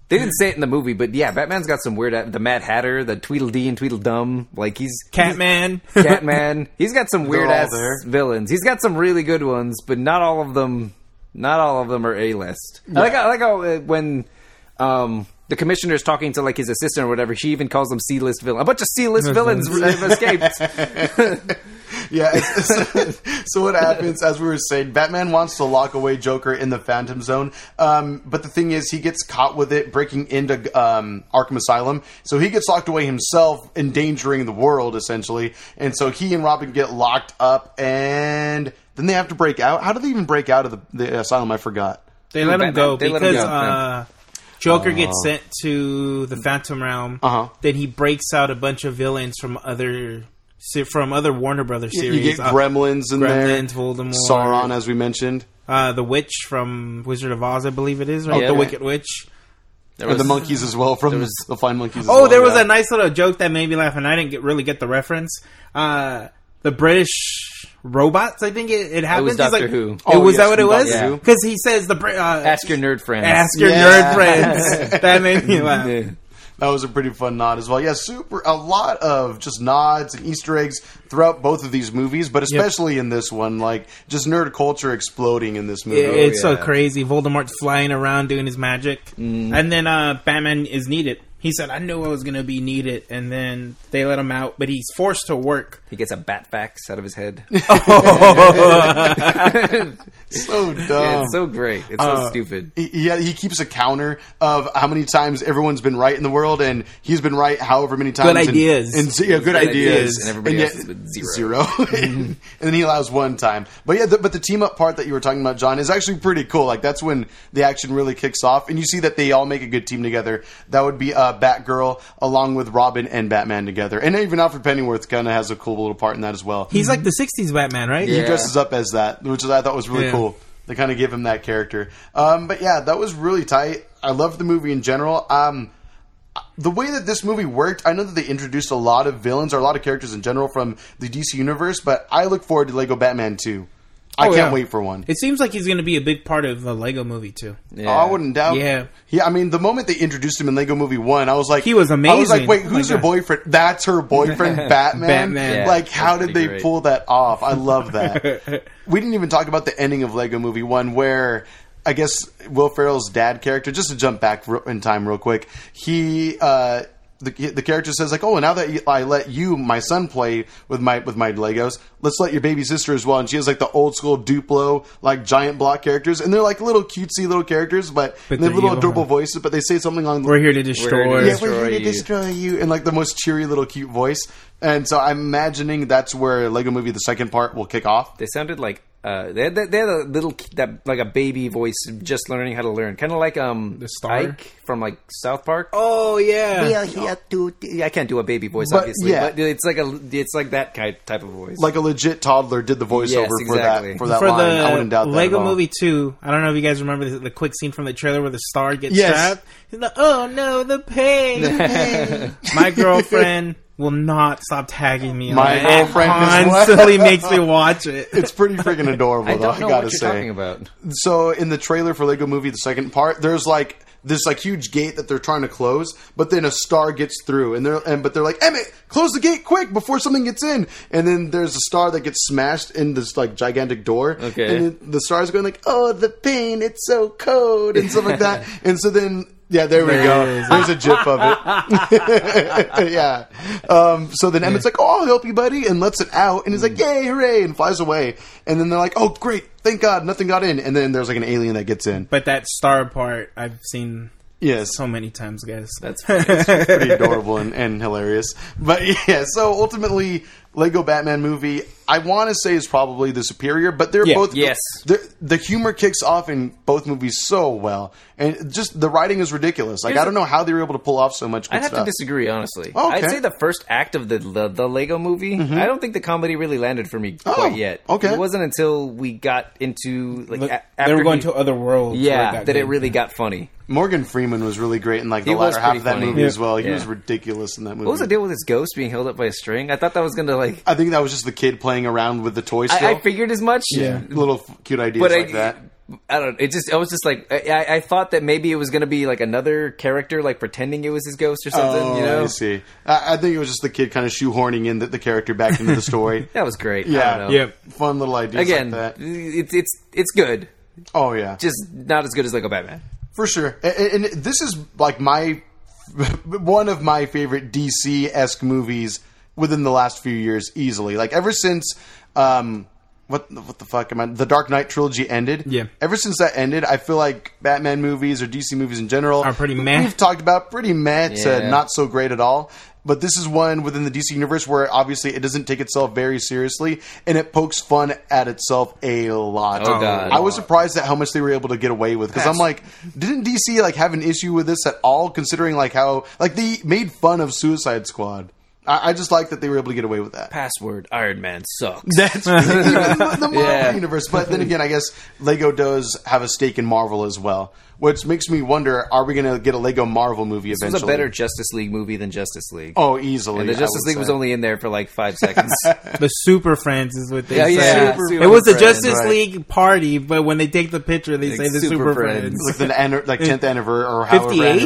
[SPEAKER 2] They didn't say it in the movie, but yeah, Batman's got some weird. The Mad Hatter, the Tweedledee and Tweedledum, like he's
[SPEAKER 4] Catman.
[SPEAKER 2] he's- Catman. He's got some weird
[SPEAKER 1] all
[SPEAKER 2] ass
[SPEAKER 1] there.
[SPEAKER 2] villains. He's got some really good ones, but not all of them. Not all of them are A list. I like I like how uh, when um, the commissioner's talking to like his assistant or whatever, she even calls them C list villain. A bunch of C list villains have escaped.
[SPEAKER 1] Yeah. it's- it's- so what happens, as we were saying, Batman wants to lock away Joker in the Phantom Zone, um, but the thing is, he gets caught with it breaking into um, Arkham Asylum. So he gets locked away himself, endangering the world essentially. And so he and Robin get locked up, and then they have to break out. How do they even break out of the, the asylum? I forgot.
[SPEAKER 3] They let him
[SPEAKER 2] Batman-
[SPEAKER 3] go
[SPEAKER 2] they let him
[SPEAKER 3] because
[SPEAKER 2] go, Oh.
[SPEAKER 3] uh, Joker gets sent to the Phantom Realm.
[SPEAKER 1] Uh-huh.
[SPEAKER 3] Then he breaks out a bunch of villains from other se- from other Warner Brothers
[SPEAKER 1] You
[SPEAKER 3] series.
[SPEAKER 1] get
[SPEAKER 3] Uh,
[SPEAKER 1] Gremlins in
[SPEAKER 3] Gremlins,
[SPEAKER 1] there,
[SPEAKER 3] Voldemort,
[SPEAKER 1] Sauron, as we mentioned,
[SPEAKER 3] uh, the Witch from Wizard of Oz, I believe it is, right?
[SPEAKER 2] Oh, yeah,
[SPEAKER 3] the
[SPEAKER 2] right.
[SPEAKER 3] Wicked Witch.
[SPEAKER 2] There
[SPEAKER 1] and the
[SPEAKER 2] was-
[SPEAKER 1] monkeys as well from the Fine Monkeys. As
[SPEAKER 3] Oh,
[SPEAKER 1] well,
[SPEAKER 3] there was
[SPEAKER 1] yeah.
[SPEAKER 3] a nice little joke that made me laugh, and I didn't get, really get the reference. Uh, the British robots, I think it, it happens. He's
[SPEAKER 2] Doctor
[SPEAKER 3] like-
[SPEAKER 2] Who.
[SPEAKER 3] It
[SPEAKER 1] Oh,
[SPEAKER 3] was
[SPEAKER 1] yes,
[SPEAKER 3] that what it
[SPEAKER 1] from
[SPEAKER 3] was?
[SPEAKER 1] Doctor Who.
[SPEAKER 3] Because he says the Br- uh,
[SPEAKER 2] Ask your nerd friends.
[SPEAKER 3] ask your
[SPEAKER 1] Yeah.
[SPEAKER 3] nerd friends. that made me laugh.
[SPEAKER 2] Yeah.
[SPEAKER 1] That was a pretty fun nod as well. Yeah, super. A lot of just nods and Easter eggs throughout both of these movies, but especially in this one, like just nerd culture exploding in this movie.
[SPEAKER 3] It- it's so
[SPEAKER 2] yeah.
[SPEAKER 3] crazy. Voldemort's flying around doing his magic, and then uh, Batman is needed. He said, "I knew I was going to be needed," and then they let him out, but he's forced to work.
[SPEAKER 2] He gets a bat fax out of his head.
[SPEAKER 1] So dumb.
[SPEAKER 2] Yeah, it's so great. It's so
[SPEAKER 3] Uh,
[SPEAKER 2] stupid.
[SPEAKER 1] He- he, he keeps a counter of how many times everyone's been right in the world, and he's been right however many times.
[SPEAKER 3] Good
[SPEAKER 1] and-
[SPEAKER 3] ideas.
[SPEAKER 1] And, yeah, good, ideas.
[SPEAKER 2] ideas, and everybody else has been zero.
[SPEAKER 1] and then he allows one time. But yeah, the, but the team up part that you were talking about, John, is actually pretty cool. Like that's when the action really kicks off, and you see that they all make a good team together. That would be uh, Batgirl along with Robin and Batman together, and even Alfred Pennyworth kind of has a cool little part in that as well.
[SPEAKER 3] He's like the '60s Batman, right?
[SPEAKER 1] He
[SPEAKER 2] Yeah.
[SPEAKER 1] dresses up as that, which I thought was really
[SPEAKER 3] Yeah.
[SPEAKER 1] cool. They kind of give him that character. Um, but yeah, that was really tight. I loved the movie in general. Um, the way that this movie worked, I know that they introduced a lot of villains or a lot of characters in general from the DC universe, but I look forward to Lego Batman 2. I can't
[SPEAKER 3] Oh, yeah.
[SPEAKER 1] wait for one. Oh,
[SPEAKER 3] It seems like he's going to be a big part of the Lego Movie too.
[SPEAKER 2] Yeah.
[SPEAKER 1] I wouldn't doubt.
[SPEAKER 3] Yeah.
[SPEAKER 1] yeah. I mean, the moment they introduced him in Lego Movie One, I was like,
[SPEAKER 3] He was
[SPEAKER 1] I was like,
[SPEAKER 3] amazing.
[SPEAKER 1] wait,
[SPEAKER 3] Oh my
[SPEAKER 1] who's her
[SPEAKER 3] God.
[SPEAKER 1] boyfriend? That's her boyfriend, Batman.
[SPEAKER 3] Batman. Yeah,
[SPEAKER 1] like, how
[SPEAKER 2] that's
[SPEAKER 1] did they
[SPEAKER 2] pretty great.
[SPEAKER 1] pull that off? I love that. we didn't even talk about the ending of Lego Movie One, where I guess Will Ferrell's dad character. Just to jump back re- in time real quick, he. Uh, the, the character says like, "Oh, now that I let you, my son, play with my with my Legos, let's let your baby sister as well." And she has like the old school Duplo, like giant block characters, and they're like little cutesy little characters, but,
[SPEAKER 3] But
[SPEAKER 1] they have
[SPEAKER 3] they're
[SPEAKER 1] little
[SPEAKER 3] evil,
[SPEAKER 1] adorable
[SPEAKER 3] huh?
[SPEAKER 1] voices. But they say something along the
[SPEAKER 3] We're here to destroy.
[SPEAKER 2] We're here to
[SPEAKER 1] yeah, we're here to
[SPEAKER 2] destroy you.
[SPEAKER 1] destroy you in like the most cheery little cute voice. And so I'm imagining that's where Lego Movie the second part will kick off.
[SPEAKER 2] They sounded like uh, they had, that- they had a little ki- that like a baby voice just learning how to learn, kind of like um the
[SPEAKER 3] star?
[SPEAKER 2] Ike from like South Park.
[SPEAKER 3] Oh yeah.
[SPEAKER 2] I can't do a baby voice,
[SPEAKER 1] But,
[SPEAKER 2] obviously,
[SPEAKER 1] yeah.
[SPEAKER 2] but it's like a it's like that ki- type of voice.
[SPEAKER 1] Like a legit toddler did the voiceover
[SPEAKER 2] Yes,
[SPEAKER 1] for that
[SPEAKER 2] exactly.
[SPEAKER 1] for that
[SPEAKER 3] for
[SPEAKER 1] line. I wouldn't
[SPEAKER 3] the
[SPEAKER 1] doubt that. at
[SPEAKER 3] Lego
[SPEAKER 1] all.
[SPEAKER 3] Movie 2, I don't know if you guys remember the, the quick scene from the trailer where the star gets
[SPEAKER 1] Yes.
[SPEAKER 3] trapped. He's like, oh no, the pain. My girlfriend will not stop tagging me. on
[SPEAKER 1] My
[SPEAKER 3] it. It
[SPEAKER 1] girlfriend is what?
[SPEAKER 3] constantly makes me watch it.
[SPEAKER 1] It's pretty freaking adorable,
[SPEAKER 2] I
[SPEAKER 1] though.
[SPEAKER 2] don't
[SPEAKER 1] I
[SPEAKER 2] know
[SPEAKER 1] gotta
[SPEAKER 2] what you're
[SPEAKER 1] say.
[SPEAKER 2] talking about.
[SPEAKER 1] so in the trailer for Lego Movie the second part, there's like this like huge gate that they're trying to close, but then a star gets through, and they're and but they're like Emmett, close the gate quick before something gets in, and then there's a star that gets smashed in this like gigantic door,
[SPEAKER 2] Okay.
[SPEAKER 1] and then the star's going like, oh the pain, it's so cold and stuff like that, and so then. Yeah, there we go. There's a gif of it. yeah. Um, so then Emmett's like, "Oh, I'll help you, buddy," and lets it out, and he's
[SPEAKER 2] Mm.
[SPEAKER 1] like, "Yay, hooray!" and flies away. And then they're like, "Oh, great! Thank God, nothing got in." And then there's like an alien that gets in.
[SPEAKER 3] But that star part, I've seen
[SPEAKER 1] Yes,
[SPEAKER 3] so many times, guys.
[SPEAKER 2] That's
[SPEAKER 1] pretty adorable and, and hilarious. But yeah, so ultimately, Lego Batman movie, I want to say is probably the superior, but they're
[SPEAKER 3] Yeah,
[SPEAKER 1] both
[SPEAKER 2] yes.
[SPEAKER 1] The, the humor kicks off in both movies so well, and just the writing is ridiculous. Like I don't know how they were able to pull off so much. Good
[SPEAKER 2] I'd have
[SPEAKER 1] stuff.
[SPEAKER 2] to disagree, honestly.
[SPEAKER 1] Okay.
[SPEAKER 2] I'd say the first act of the the, the Lego movie. I don't think the comedy really landed for me quite yet.
[SPEAKER 1] okay.
[SPEAKER 2] it wasn't until we got into like
[SPEAKER 3] Look,
[SPEAKER 2] a-
[SPEAKER 3] they
[SPEAKER 2] after
[SPEAKER 3] were going
[SPEAKER 2] he-
[SPEAKER 3] to other worlds. where
[SPEAKER 2] yeah
[SPEAKER 3] got
[SPEAKER 2] that it
[SPEAKER 3] good.
[SPEAKER 2] really got funny.
[SPEAKER 1] Morgan Freeman was really great in like the
[SPEAKER 2] He was
[SPEAKER 1] latter half
[SPEAKER 2] pretty
[SPEAKER 1] of that
[SPEAKER 2] funny.
[SPEAKER 1] movie
[SPEAKER 2] Yeah.
[SPEAKER 1] as well. He
[SPEAKER 2] Yeah.
[SPEAKER 1] was ridiculous in that movie.
[SPEAKER 2] What was the deal with his ghost being held up by a string? I thought that was going to like.
[SPEAKER 1] I think that was just the kid playing around with the toy still.
[SPEAKER 2] I, I figured as much.
[SPEAKER 1] yeah, little f- cute ideas
[SPEAKER 2] but
[SPEAKER 1] like
[SPEAKER 2] I,
[SPEAKER 1] that.
[SPEAKER 2] I don't. It just. I was just like. I- I, I thought that maybe it was going to be like another character, like pretending it was his ghost or something.
[SPEAKER 1] Oh,
[SPEAKER 2] you know,
[SPEAKER 1] I see. I, I think it was just the kid kind of shoehorning in the, the character back into the story.
[SPEAKER 2] that was great. I
[SPEAKER 1] yeah,
[SPEAKER 2] don't know.
[SPEAKER 3] Yep.
[SPEAKER 1] Fun little ideas
[SPEAKER 2] Again,
[SPEAKER 1] like that.
[SPEAKER 2] it's it's it's good.
[SPEAKER 1] Oh yeah,
[SPEAKER 2] Just not as good as Lego Batman.
[SPEAKER 1] for sure. A- a- And, this is like my one of my favorite DC esque movies within the last few years easily. Like ever since um what what the fuck am I the Dark Knight trilogy ended?
[SPEAKER 4] Yeah.
[SPEAKER 1] Ever since that ended, I feel like Batman movies or DC movies in general
[SPEAKER 4] Are pretty meh.
[SPEAKER 1] We've talked about pretty meh to
[SPEAKER 2] Eh. Yeah.
[SPEAKER 1] not so great at all. But this is one within the DC universe where obviously it doesn't take itself very seriously and it pokes fun at itself a lot.
[SPEAKER 2] Oh, God.
[SPEAKER 1] I was surprised at how much they were able to get away with because I'm like, didn't DC like have an issue with this at all? Considering like how like they made fun of Suicide Squad. I, I just like that they were able to get away with that.
[SPEAKER 2] Password Iron Man sucks.
[SPEAKER 1] That's the Marvel
[SPEAKER 2] Yeah.
[SPEAKER 1] universe. But then again, I guess Lego does have a stake in Marvel as well, which makes me wonder: Are we going to get a Lego Marvel movie
[SPEAKER 2] This
[SPEAKER 1] eventually?
[SPEAKER 2] was a better Justice League movie than Justice League.
[SPEAKER 1] oh, easily.
[SPEAKER 2] and the
[SPEAKER 1] I
[SPEAKER 2] Justice
[SPEAKER 1] would
[SPEAKER 2] League was
[SPEAKER 1] say.
[SPEAKER 2] only in there for like five seconds.
[SPEAKER 4] The Super Friends is what they
[SPEAKER 2] Yeah,
[SPEAKER 4] say.
[SPEAKER 2] yeah, Super
[SPEAKER 4] it was the
[SPEAKER 2] Friends,
[SPEAKER 4] Justice
[SPEAKER 1] right.
[SPEAKER 4] League party, but when they take the picture, they
[SPEAKER 2] Like
[SPEAKER 4] say the
[SPEAKER 2] Super
[SPEAKER 4] Super,
[SPEAKER 2] Friends.
[SPEAKER 4] Friends.
[SPEAKER 1] like the anni- like tenth anniversary or however
[SPEAKER 4] 58th or
[SPEAKER 1] anni-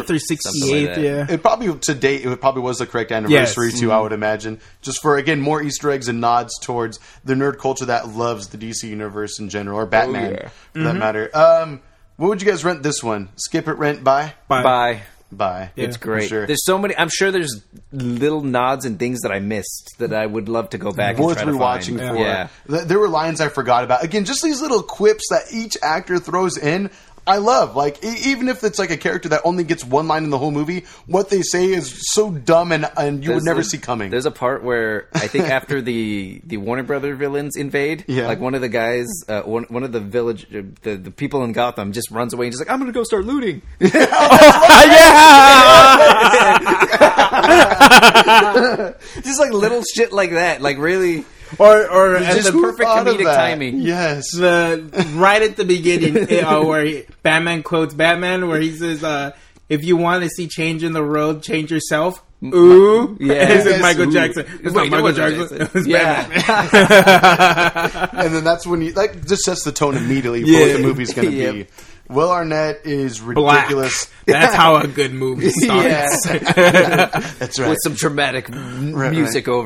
[SPEAKER 4] 68th,
[SPEAKER 2] that.
[SPEAKER 4] yeah.
[SPEAKER 1] It probably to date it probably was the correct anniversary
[SPEAKER 4] Yes.
[SPEAKER 1] too, I would imagine. Just for again more Easter eggs and nods towards the nerd culture that loves the DC universe in general, or Batman
[SPEAKER 2] Oh, yeah.
[SPEAKER 1] for
[SPEAKER 4] Mm-hmm.
[SPEAKER 1] that matter. Um, what would you guys rent this one? Skip it, rent buy,
[SPEAKER 4] But
[SPEAKER 2] Bye.
[SPEAKER 1] buy.
[SPEAKER 2] It's great.
[SPEAKER 1] Sure.
[SPEAKER 2] There's so many. I'm sure there's little nods and things that I missed that I would love to go back.
[SPEAKER 1] Worth
[SPEAKER 2] and try to
[SPEAKER 1] rewatching
[SPEAKER 2] find.
[SPEAKER 1] for.
[SPEAKER 2] Yeah.
[SPEAKER 1] Th- There were lines I forgot about. Again, just these little quips that each actor throws in. I love like e- even if it's like a character that only gets one line in the whole movie, what they say is so dumb and and you would
[SPEAKER 2] There's
[SPEAKER 1] never
[SPEAKER 2] a-
[SPEAKER 1] see coming.
[SPEAKER 2] There's a part where I think after the the Warner Brother villains invade,
[SPEAKER 1] Yeah.
[SPEAKER 2] like one of the guys, uh, one one of the village, uh, the the people in Gotham just runs away and just like I'm gonna go start looting. just like little shit like that, like really.
[SPEAKER 4] Or, or at
[SPEAKER 2] just
[SPEAKER 4] the
[SPEAKER 2] who
[SPEAKER 4] perfect
[SPEAKER 1] thought of
[SPEAKER 2] comedic
[SPEAKER 1] that?
[SPEAKER 2] timing.
[SPEAKER 1] Yes.
[SPEAKER 4] the right at the beginning eh, uh, where he, Batman quotes Batman where he says, uh, "If you want to see change in the world, change yourself." Ooh, yeah,
[SPEAKER 2] Yeah.
[SPEAKER 1] Yes,
[SPEAKER 4] it's Michael
[SPEAKER 1] ooh.
[SPEAKER 4] Jackson. It's not
[SPEAKER 2] Wait, no,
[SPEAKER 4] Michael
[SPEAKER 2] it wasn't
[SPEAKER 4] Jackson.
[SPEAKER 2] Jackson.
[SPEAKER 4] It was
[SPEAKER 2] Yeah.
[SPEAKER 4] Batman.
[SPEAKER 1] and then that's when you like just sets the tone immediately for what
[SPEAKER 4] Yeah.
[SPEAKER 1] the movie's going to
[SPEAKER 2] Yep.
[SPEAKER 1] be. Will Arnett is
[SPEAKER 4] Black.
[SPEAKER 1] ridiculous.
[SPEAKER 4] That's how a good movie
[SPEAKER 2] Yeah.
[SPEAKER 4] starts.
[SPEAKER 1] That's right.
[SPEAKER 2] with some dramatic
[SPEAKER 1] right.
[SPEAKER 2] music over.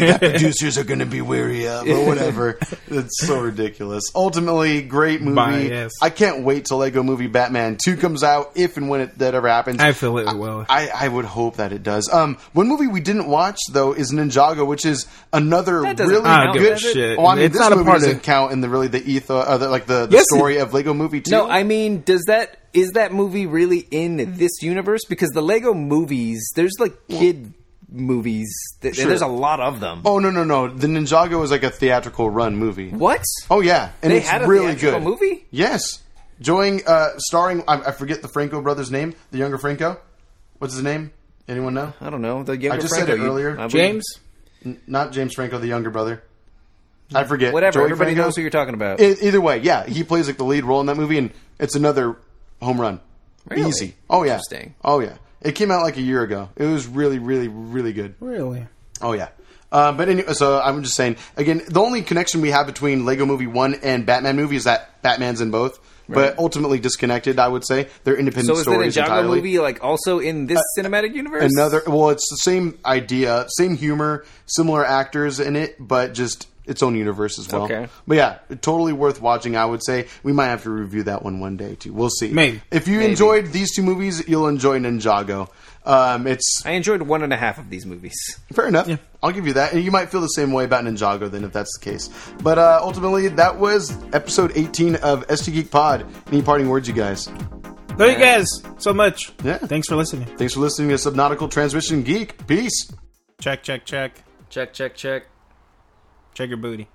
[SPEAKER 1] that producers are going to be weary of, or whatever. it's so ridiculous. Ultimately, great movie.
[SPEAKER 4] Bye, yes.
[SPEAKER 1] I can't wait till Lego Movie Batman Two comes out, if and when it, that ever happens.
[SPEAKER 4] I feel it will.
[SPEAKER 1] I, I would hope that it does. Um, one movie we didn't watch though is Ninjago, which is another
[SPEAKER 2] doesn't
[SPEAKER 1] really
[SPEAKER 2] I don't
[SPEAKER 1] good.
[SPEAKER 2] give a
[SPEAKER 4] shit.
[SPEAKER 1] Oh, I mean,
[SPEAKER 4] It's
[SPEAKER 1] this
[SPEAKER 4] not a
[SPEAKER 1] movie
[SPEAKER 4] part of-
[SPEAKER 1] doesn't count in the really the ethos, uh, the, like the, the
[SPEAKER 4] Yes, it-
[SPEAKER 1] story of Lego Movie Two.
[SPEAKER 2] No, I mean, does that is that movie really in this universe? Because the Lego movies, there's like kid movies, th- and there's a lot of them.
[SPEAKER 1] Oh no no no! The Ninjago is like a theatrical run movie.
[SPEAKER 2] What?
[SPEAKER 1] Oh yeah, and
[SPEAKER 2] They
[SPEAKER 1] it's
[SPEAKER 2] had a
[SPEAKER 1] really
[SPEAKER 2] theatrical
[SPEAKER 1] good
[SPEAKER 2] movie?
[SPEAKER 1] Yes, joining uh, starring I, I forget the Franco brothers' name, the younger Franco. What's his name? Anyone know?
[SPEAKER 2] I don't know. The younger
[SPEAKER 1] I just
[SPEAKER 2] Franco,
[SPEAKER 1] said it
[SPEAKER 2] you-
[SPEAKER 1] earlier.
[SPEAKER 2] I believe-
[SPEAKER 4] James,
[SPEAKER 1] N- not James Franco, the younger brother. I forget.
[SPEAKER 2] whatever.
[SPEAKER 1] Joey
[SPEAKER 2] Everybody
[SPEAKER 1] Franco?
[SPEAKER 2] knows who you're talking about.
[SPEAKER 1] E- either way, yeah, he plays like the lead role in that movie, and it's another home run.
[SPEAKER 2] Really?
[SPEAKER 1] Easy. Oh yeah.
[SPEAKER 2] Interesting.
[SPEAKER 1] Oh yeah. It came out like a year ago. It was really, really, really good.
[SPEAKER 4] really?
[SPEAKER 1] Oh yeah. Uh, but anyway, so I'm just saying again. The only connection we have between Lego Movie One and Batman movie is that Batman's in both, but ultimately disconnected. I would say they're independent
[SPEAKER 2] so is the
[SPEAKER 1] stories
[SPEAKER 2] Ninjago
[SPEAKER 1] entirely.
[SPEAKER 2] movie like also in this cinematic universe?
[SPEAKER 1] Another well, it's the same idea, same humor, similar actors in it, but just its own universe as well.
[SPEAKER 2] Okay.
[SPEAKER 1] But yeah, totally worth watching. I would say we might have to review that one one day too. We'll see.
[SPEAKER 4] Maybe.
[SPEAKER 1] if you enjoyed these two movies, you'll enjoy Ninjago. Um, it's
[SPEAKER 2] I enjoyed one and a half of these movies.
[SPEAKER 1] Fair enough. I'll give you that. And you might feel the same way about Ninjago then, if that's the case. But uh, ultimately, that was episode 18 of ST Geek Pod. Any parting words, you guys?
[SPEAKER 4] Love you guys so much.
[SPEAKER 1] Yeah.
[SPEAKER 4] Thanks for listening.
[SPEAKER 1] Thanks for listening to Subnautical Transmission Geek. Peace.
[SPEAKER 4] Check, check, check.
[SPEAKER 2] Check, check, check.
[SPEAKER 4] Check your booty.